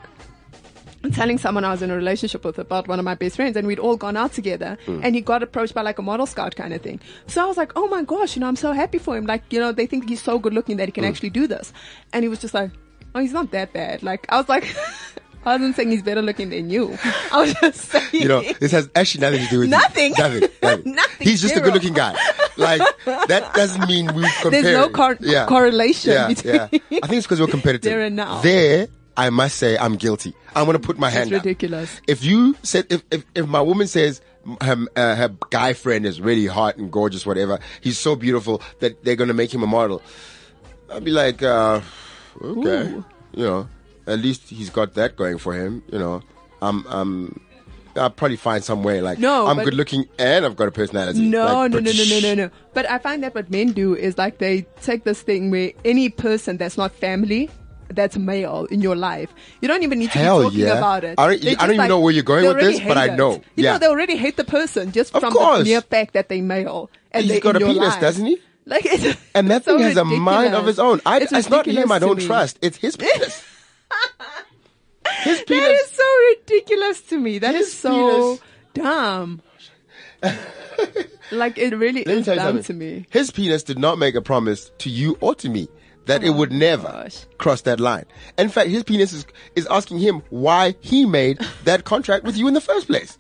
Speaker 4: telling someone I was in a relationship with about one of my best friends, and we'd all gone out together,
Speaker 3: Mm.
Speaker 4: and he got approached by like a model scout kind of thing. So I was like, oh my gosh, you know, I'm so happy for him. Like, you know, they think he's so good looking that he
Speaker 3: Mm.
Speaker 4: can actually do this. And he was just like, oh, he's not that bad. Like, I was like, [LAUGHS] I wasn't saying he's better looking than you. [LAUGHS] I was just saying.
Speaker 3: you know, this has actually nothing to do with you.
Speaker 4: Nothing. [LAUGHS]
Speaker 3: Nothing. Nothing.
Speaker 4: Nothing,
Speaker 3: He's just a
Speaker 4: zero.
Speaker 3: good looking guy. Like, that doesn't mean we compare.
Speaker 4: no cor- correlation
Speaker 3: yeah,
Speaker 4: between-
Speaker 3: Yeah. I think it's because we're competitive.
Speaker 4: There and now.
Speaker 3: There, I must say, I'm guilty. I'm going to put my
Speaker 4: That's
Speaker 3: hand up.
Speaker 4: ridiculous.
Speaker 3: If you said, if, if, if my woman says, her, uh, her guy friend is really hot and gorgeous, whatever, he's so beautiful that they're going to make him a model, I'd be like, uh, okay.
Speaker 4: Ooh.
Speaker 3: You know, at least he's got that going for him, you know. I'm, I'm, I'll probably find some way. Like,
Speaker 4: No,
Speaker 3: I'm
Speaker 4: but-
Speaker 3: good looking and I've got a personality.
Speaker 4: No,
Speaker 3: Like,
Speaker 4: no, no, no, no, no,
Speaker 3: psh,
Speaker 4: no. But I find that what men do is like they take this thing where any person that's not family, that's male in your life, you don't even need to
Speaker 3: Hell
Speaker 4: be talking
Speaker 3: yeah.
Speaker 4: about it.
Speaker 3: I don't-
Speaker 4: They're
Speaker 3: I don't
Speaker 4: just
Speaker 3: even know where you're going
Speaker 4: they
Speaker 3: with this,
Speaker 4: already
Speaker 3: but I
Speaker 4: hate it.
Speaker 3: know.
Speaker 4: You
Speaker 3: Yeah.
Speaker 4: know, they already hate the person just
Speaker 3: Of
Speaker 4: from the
Speaker 3: course.
Speaker 4: mere fact that they male. And
Speaker 3: He's
Speaker 4: they're
Speaker 3: got
Speaker 4: in
Speaker 3: a
Speaker 4: your
Speaker 3: penis,
Speaker 4: life. [LAUGHS]
Speaker 3: doesn't he?
Speaker 4: Like, it's,
Speaker 3: And that
Speaker 4: it's so
Speaker 3: thing has a mind of
Speaker 4: ridiculous.
Speaker 3: its own. I, it's, not
Speaker 4: ridiculous
Speaker 3: him I
Speaker 4: to
Speaker 3: don't
Speaker 4: me.
Speaker 3: trust. It's
Speaker 4: [LAUGHS]
Speaker 3: his penis. his penis.
Speaker 4: That is so ridiculous to me. That is
Speaker 3: His
Speaker 4: so
Speaker 3: penis. [LAUGHS]
Speaker 4: dumb. like it really
Speaker 3: Let me
Speaker 4: is
Speaker 3: tell you
Speaker 4: dumb
Speaker 3: something.
Speaker 4: to me.
Speaker 3: His penis did not make a promise to you or to me that it would never
Speaker 4: Oh gosh.
Speaker 3: cross that line. In fact, his penis is, is asking him why he
Speaker 4: [LAUGHS]
Speaker 3: made that contract with you in the first place.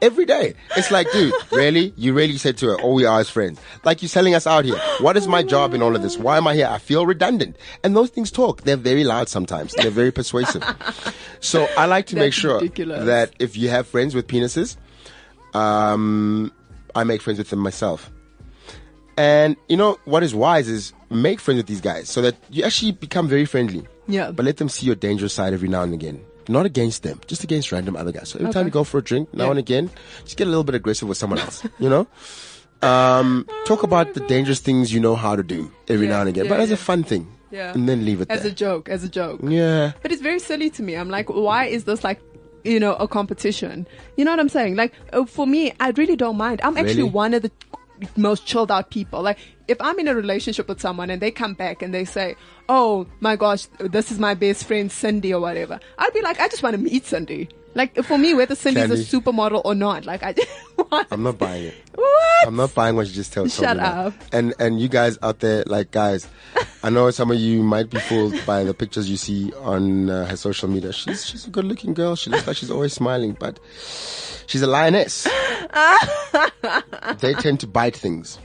Speaker 3: Every day. It's like, dude, really? You really said to her, oh, we are as friends. Like you're selling us out here. What
Speaker 4: [GASPS] Oh
Speaker 3: is my job in all of this? Why am I here? I feel redundant. And those things talk. They're very loud sometimes. They're very
Speaker 4: [LAUGHS]
Speaker 3: persuasive. So I like to make
Speaker 4: That's
Speaker 3: sure
Speaker 4: ridiculous.
Speaker 3: that if you have friends with penises, um, I make friends with them myself. And you know what is wise is make friends with these guys so that you actually become very friendly.
Speaker 4: Yeah.
Speaker 3: But let them see your dangerous side every now and again. Not against them, just against random other guys. So every time
Speaker 4: Okay.
Speaker 3: you go for a drink, now
Speaker 4: Yeah.
Speaker 3: and again, just get a little bit aggressive with someone else. [LAUGHS] you know. Um, talk about the dangerous things you know how to do every
Speaker 4: Yeah,
Speaker 3: now and again,
Speaker 4: yeah,
Speaker 3: but as a
Speaker 4: yeah.
Speaker 3: fun thing.
Speaker 4: Yeah.
Speaker 3: And then leave it
Speaker 4: As a
Speaker 3: there.
Speaker 4: joke, as a joke.
Speaker 3: yeah.
Speaker 4: But it's very silly to me. I'm like, why is this like, you know, a competition? You know what I'm saying? Like, uh, for me, I really don't mind. I'm actually
Speaker 3: Really?
Speaker 4: one of the most chilled out people. Like, if I'm in a relationship with someone and they come back and they say, oh my gosh, this is my best friend Cindy or whatever, I'd be like, I just want to meet Cindy. Like, for me, whether Cindy's a
Speaker 3: Candy.
Speaker 4: supermodel or not, like, I [LAUGHS] just want.
Speaker 3: I'm not buying it.
Speaker 4: What?
Speaker 3: I'm not buying what you just tell. told
Speaker 4: Shut
Speaker 3: me now.
Speaker 4: up.
Speaker 3: And and you guys out there, like guys, I know some of you might be fooled by the pictures you see on uh, her social media. She's she's a good looking girl. She looks like she's always smiling, but she's a
Speaker 4: [LAUGHS]
Speaker 3: lioness. they tend to bite things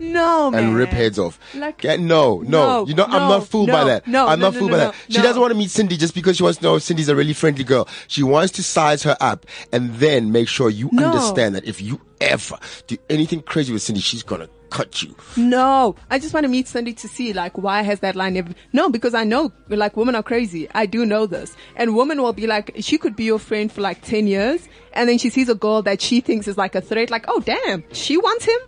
Speaker 4: no, man.
Speaker 3: and rip heads off.
Speaker 4: Like-
Speaker 3: Yeah, no, no,
Speaker 4: No,
Speaker 3: you know, I'm
Speaker 4: no,
Speaker 3: not fooled by
Speaker 4: no,
Speaker 3: that.
Speaker 4: no,
Speaker 3: I'm
Speaker 4: no,
Speaker 3: not
Speaker 4: no,
Speaker 3: fooled
Speaker 4: no,
Speaker 3: by
Speaker 4: no,
Speaker 3: that. She doesn't
Speaker 4: no.
Speaker 3: want to meet Cindy just because she wants to know if Cindy's a really friendly girl. She wants to size her up and then make sure you
Speaker 4: No.
Speaker 3: understand that if you ever do anything crazy with Cindy, she's gonna cut you.
Speaker 4: No, I just want to meet Cindy to see like why has that line never? No, because I know like women are crazy. I do know this, and women will be like she could be your friend for like ten years, and then she sees a girl that she thinks is like a threat. Like, oh damn, she wants him.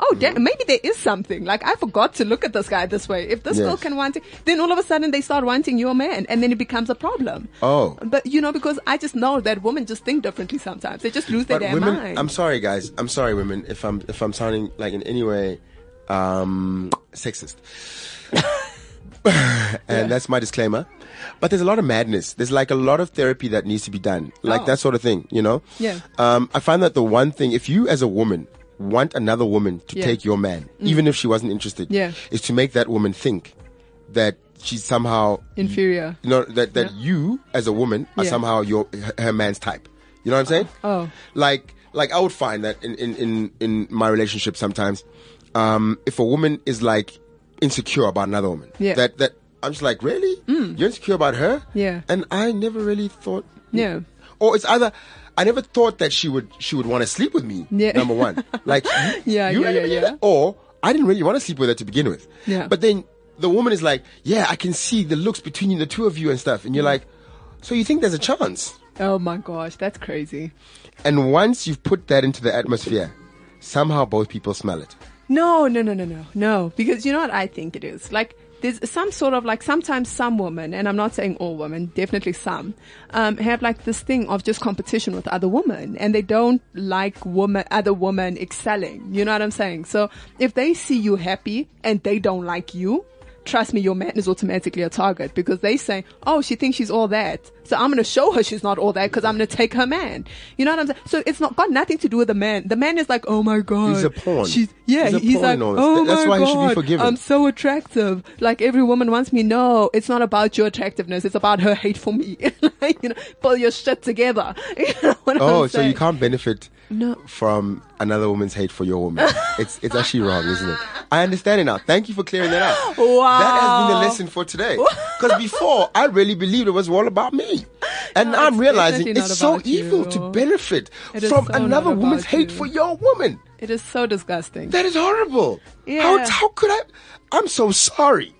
Speaker 4: oh, da- maybe there is something. Like I forgot to look at this guy this way. If this
Speaker 3: Yes.
Speaker 4: girl can want it, then all of a sudden they start wanting your man, and then it becomes a problem.
Speaker 3: Oh.
Speaker 4: but you know, because I just know that women just think differently sometimes. They just lose their
Speaker 3: But
Speaker 4: damn
Speaker 3: women,
Speaker 4: mind.
Speaker 3: I'm sorry, guys. I'm sorry, women. If I'm if I'm sounding like in any way um, sexist, [LAUGHS] and that's my disclaimer. But there's a lot of madness. There's like a lot of therapy that needs to be done, like
Speaker 4: Oh.
Speaker 3: that sort of thing. You know.
Speaker 4: Yeah.
Speaker 3: Um, I find that the one thing, if you as a woman want another woman to
Speaker 4: Yeah. Mm.
Speaker 3: take your man, even if she wasn't interested,
Speaker 4: Yeah.
Speaker 3: is to make that woman think that she's somehow
Speaker 4: Inferior.
Speaker 3: you know that that you as a woman are
Speaker 4: Yeah.
Speaker 3: somehow your her- her man's type. You know what I'm saying?
Speaker 4: Oh.
Speaker 3: Like like I would find that in in in, in my relationship sometimes, um, if a woman is like insecure about another woman,
Speaker 4: Yeah. Mm.
Speaker 3: that that I'm just like, really? You're insecure about her?
Speaker 4: Yeah.
Speaker 3: And I never really thought.
Speaker 4: Yeah.
Speaker 3: Or it's either. I never thought that she would she would want to sleep with me.
Speaker 4: Yeah.
Speaker 3: Number one,
Speaker 4: [LAUGHS]
Speaker 3: like you-
Speaker 4: Yeah,
Speaker 3: you
Speaker 4: yeah,
Speaker 3: really
Speaker 4: yeah,
Speaker 3: did that?
Speaker 4: yeah.
Speaker 3: Or I didn't really want to sleep with her to begin with.
Speaker 4: Yeah.
Speaker 3: But then the woman is like, yeah, I can see the looks between you, the two of you and stuff.
Speaker 4: Mm.
Speaker 3: And you're like, so you think there's a chance?
Speaker 4: Oh my gosh, that's crazy.
Speaker 3: And once you've put that into the atmosphere, somehow both people smell it.
Speaker 4: No, no, no, no, no, no. Because you know what I think it is? Like, there's some sort of like, sometimes some women, and I'm not saying all women, definitely some, um, have like this thing of just competition with other women and they don't like woman, other women excelling. You know what I'm saying? So if they see you happy and they don't like you, trust me, your man is automatically a target because they say, oh, she thinks she's all that. So I'm going to show her she's not all that because I'm going to take her man. You know what I'm saying? So it's not got nothing to do with the man. The man is like, oh my God.
Speaker 3: He's a pawn.
Speaker 4: She's, yeah,
Speaker 3: He's a
Speaker 4: he's,
Speaker 3: pawn
Speaker 4: like,
Speaker 3: in all this.
Speaker 4: oh
Speaker 3: That's
Speaker 4: my
Speaker 3: why he
Speaker 4: God,
Speaker 3: should be forgiven."
Speaker 4: I'm so attractive. Like every woman wants me. No, it's not about your attractiveness. It's about her hate for me. [LAUGHS] like, you know, pull your shit together. [LAUGHS] You know what
Speaker 3: Oh,
Speaker 4: I'm
Speaker 3: so you
Speaker 4: saying?
Speaker 3: can't benefit
Speaker 4: No.
Speaker 3: from another woman's hate for your woman. it's it's actually wrong, isn't it? I understand it now. Thank you for clearing that up.
Speaker 4: Wow.
Speaker 3: That has been the lesson for today. Because before I really believed it was all about me. And
Speaker 4: No,
Speaker 3: now I'm
Speaker 4: it's
Speaker 3: realizing
Speaker 4: definitely
Speaker 3: it's
Speaker 4: not
Speaker 3: so
Speaker 4: about
Speaker 3: evil
Speaker 4: you.
Speaker 3: to benefit
Speaker 4: It is
Speaker 3: from
Speaker 4: so
Speaker 3: another
Speaker 4: not
Speaker 3: woman's
Speaker 4: about
Speaker 3: hate
Speaker 4: you.
Speaker 3: for your woman.
Speaker 4: It is so disgusting.
Speaker 3: That is horrible. How
Speaker 4: Yeah.
Speaker 3: how could I I'm so sorry.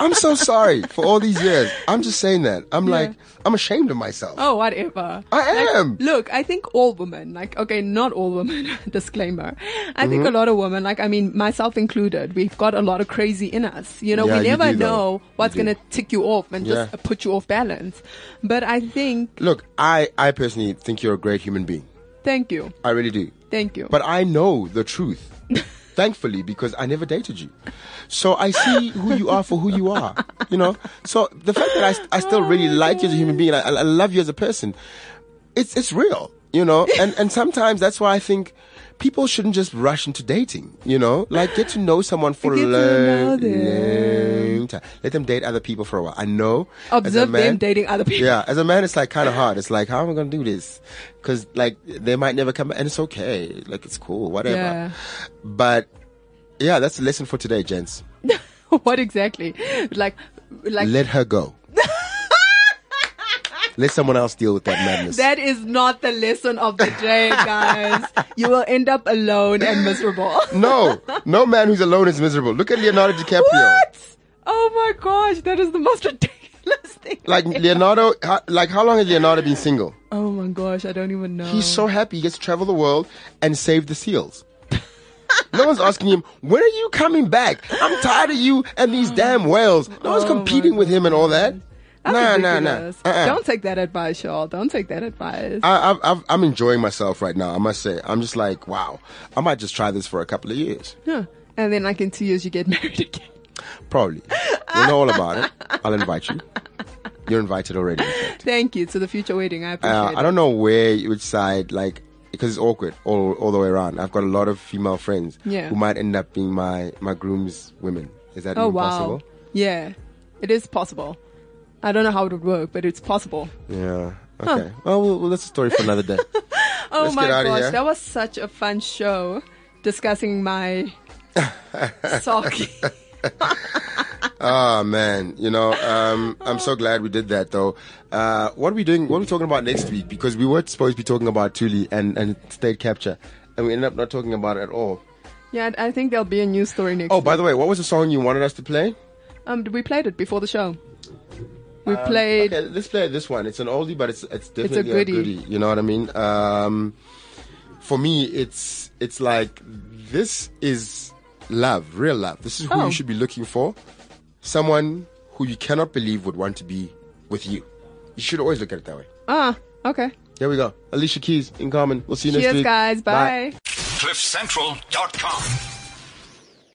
Speaker 3: I'm so sorry for all these years. I'm just saying that. I'm like I'm ashamed of myself.
Speaker 4: Oh, whatever.
Speaker 3: I
Speaker 4: Like,
Speaker 3: am.
Speaker 4: look, I think all women, like, okay, not all women, [LAUGHS] disclaimer. I think a
Speaker 3: Mm-hmm.
Speaker 4: lot of women, like, I mean, myself included, we've got a lot of crazy in us. You know,
Speaker 3: Yeah,
Speaker 4: we
Speaker 3: you
Speaker 4: never
Speaker 3: do, though.
Speaker 4: know what's
Speaker 3: You do.
Speaker 4: going to tick you off and
Speaker 3: Yeah.
Speaker 4: just put you off balance. But I think,
Speaker 3: Look, I, I personally think you're a great human being.
Speaker 4: thank you.
Speaker 3: I really do.
Speaker 4: Thank you.
Speaker 3: But I know the
Speaker 4: [LAUGHS]
Speaker 3: truth, thankfully, because I never dated you. So I see who you are for who you are, you know? So the fact that I, st- I still really
Speaker 4: Oh,
Speaker 3: like you as a human being, I, I I love you as a person, it's, it's real, you
Speaker 4: [LAUGHS]
Speaker 3: know? And, and sometimes that's why I think people shouldn't just rush into dating, you know? Like get to know someone for a
Speaker 4: Get to know
Speaker 3: long,
Speaker 4: them.
Speaker 3: long time. Let them date other people for a while. I know. as a
Speaker 4: observe them
Speaker 3: man-
Speaker 4: dating other people.
Speaker 3: yeah, as a man, it's like kind of hard. It's like, how am I going to do this? Because, like, they might never come back, and it's okay. Like, it's cool, whatever.
Speaker 4: Yeah.
Speaker 3: But, yeah, that's the lesson for today, gents.
Speaker 4: [LAUGHS] what exactly? Like, like,
Speaker 3: Let her
Speaker 4: [LAUGHS]
Speaker 3: go. Let someone else deal with that madness.
Speaker 4: that is not the lesson of the
Speaker 3: [LAUGHS]
Speaker 4: day, guys. you will end up alone
Speaker 3: [LAUGHS]
Speaker 4: and miserable.
Speaker 3: no, no man who's alone is miserable. Look at Leonardo DiCaprio.
Speaker 4: What? Oh my gosh, that is the most [LAUGHS] ridiculous thing.
Speaker 3: Like, Leonardo, how, like, how long has Leonardo been single?
Speaker 4: oh my gosh, I don't even know.
Speaker 3: He's so happy he gets to travel the world and save the seals. [LAUGHS] no one's asking him, when are you coming back? I'm tired of you and these damn whales. No one's
Speaker 4: Oh
Speaker 3: competing
Speaker 4: my
Speaker 3: with him and all that.
Speaker 4: That's
Speaker 3: Nah, nah, nah.
Speaker 4: ridiculous.
Speaker 3: Uh-uh.
Speaker 4: Don't take that advice, y'all. Don't take that advice.
Speaker 3: I, I've, I've, I'm enjoying myself right now, I must say. I'm just like, wow, I might just try this for a couple of years.
Speaker 4: Huh. And then, like in two years, you get [LAUGHS] married again.
Speaker 3: Probably. You know all about it. I'll invite you. You're invited already. in fact.
Speaker 4: Thank you to the future wedding. I appreciate
Speaker 3: Uh,
Speaker 4: it.
Speaker 3: I don't know where, which side, like, because it's awkward all, all the way around. I've got a lot of female friends
Speaker 4: Yeah.
Speaker 3: who might end up being my, my groom's women. Is that
Speaker 4: Oh
Speaker 3: even
Speaker 4: wow.
Speaker 3: possible?
Speaker 4: Yeah, it is possible. I don't know how it would work, but it's possible.
Speaker 3: Yeah. Okay. Well, well, well, that's a story for
Speaker 4: [LAUGHS]
Speaker 3: another day.
Speaker 4: Oh
Speaker 3: Let's
Speaker 4: my
Speaker 3: get outta
Speaker 4: gosh,
Speaker 3: here.
Speaker 4: that was such a fun show
Speaker 3: [LAUGHS]
Speaker 4: discussing my sock.
Speaker 3: oh man, you know, um, I'm so glad we did that though. Uh, what are we doing? What are we talking about next week? Because we were supposed to be talking about Thule and and state capture, and we ended up not talking about it at all.
Speaker 4: yeah, I think there'll be a new story next.
Speaker 3: Oh, by the way, what was the song you wanted us to play?
Speaker 4: Um, we played it before the show. We played.
Speaker 3: Um, Okay, let's play this one. It's an oldie, but it's it's definitely
Speaker 4: goodie.
Speaker 3: a goodie. You know what I mean? Um, for me, it's it's like this is love, real love. This is who
Speaker 4: Oh.
Speaker 3: you should be looking for. Someone who you cannot believe would want to be with you. You should always look at it that way.
Speaker 4: Ah, okay.
Speaker 3: There we go. Alicia Keys in common. We'll see you next
Speaker 4: Cheers,
Speaker 3: week.
Speaker 4: guys. Bye.
Speaker 1: CliffCentral.com.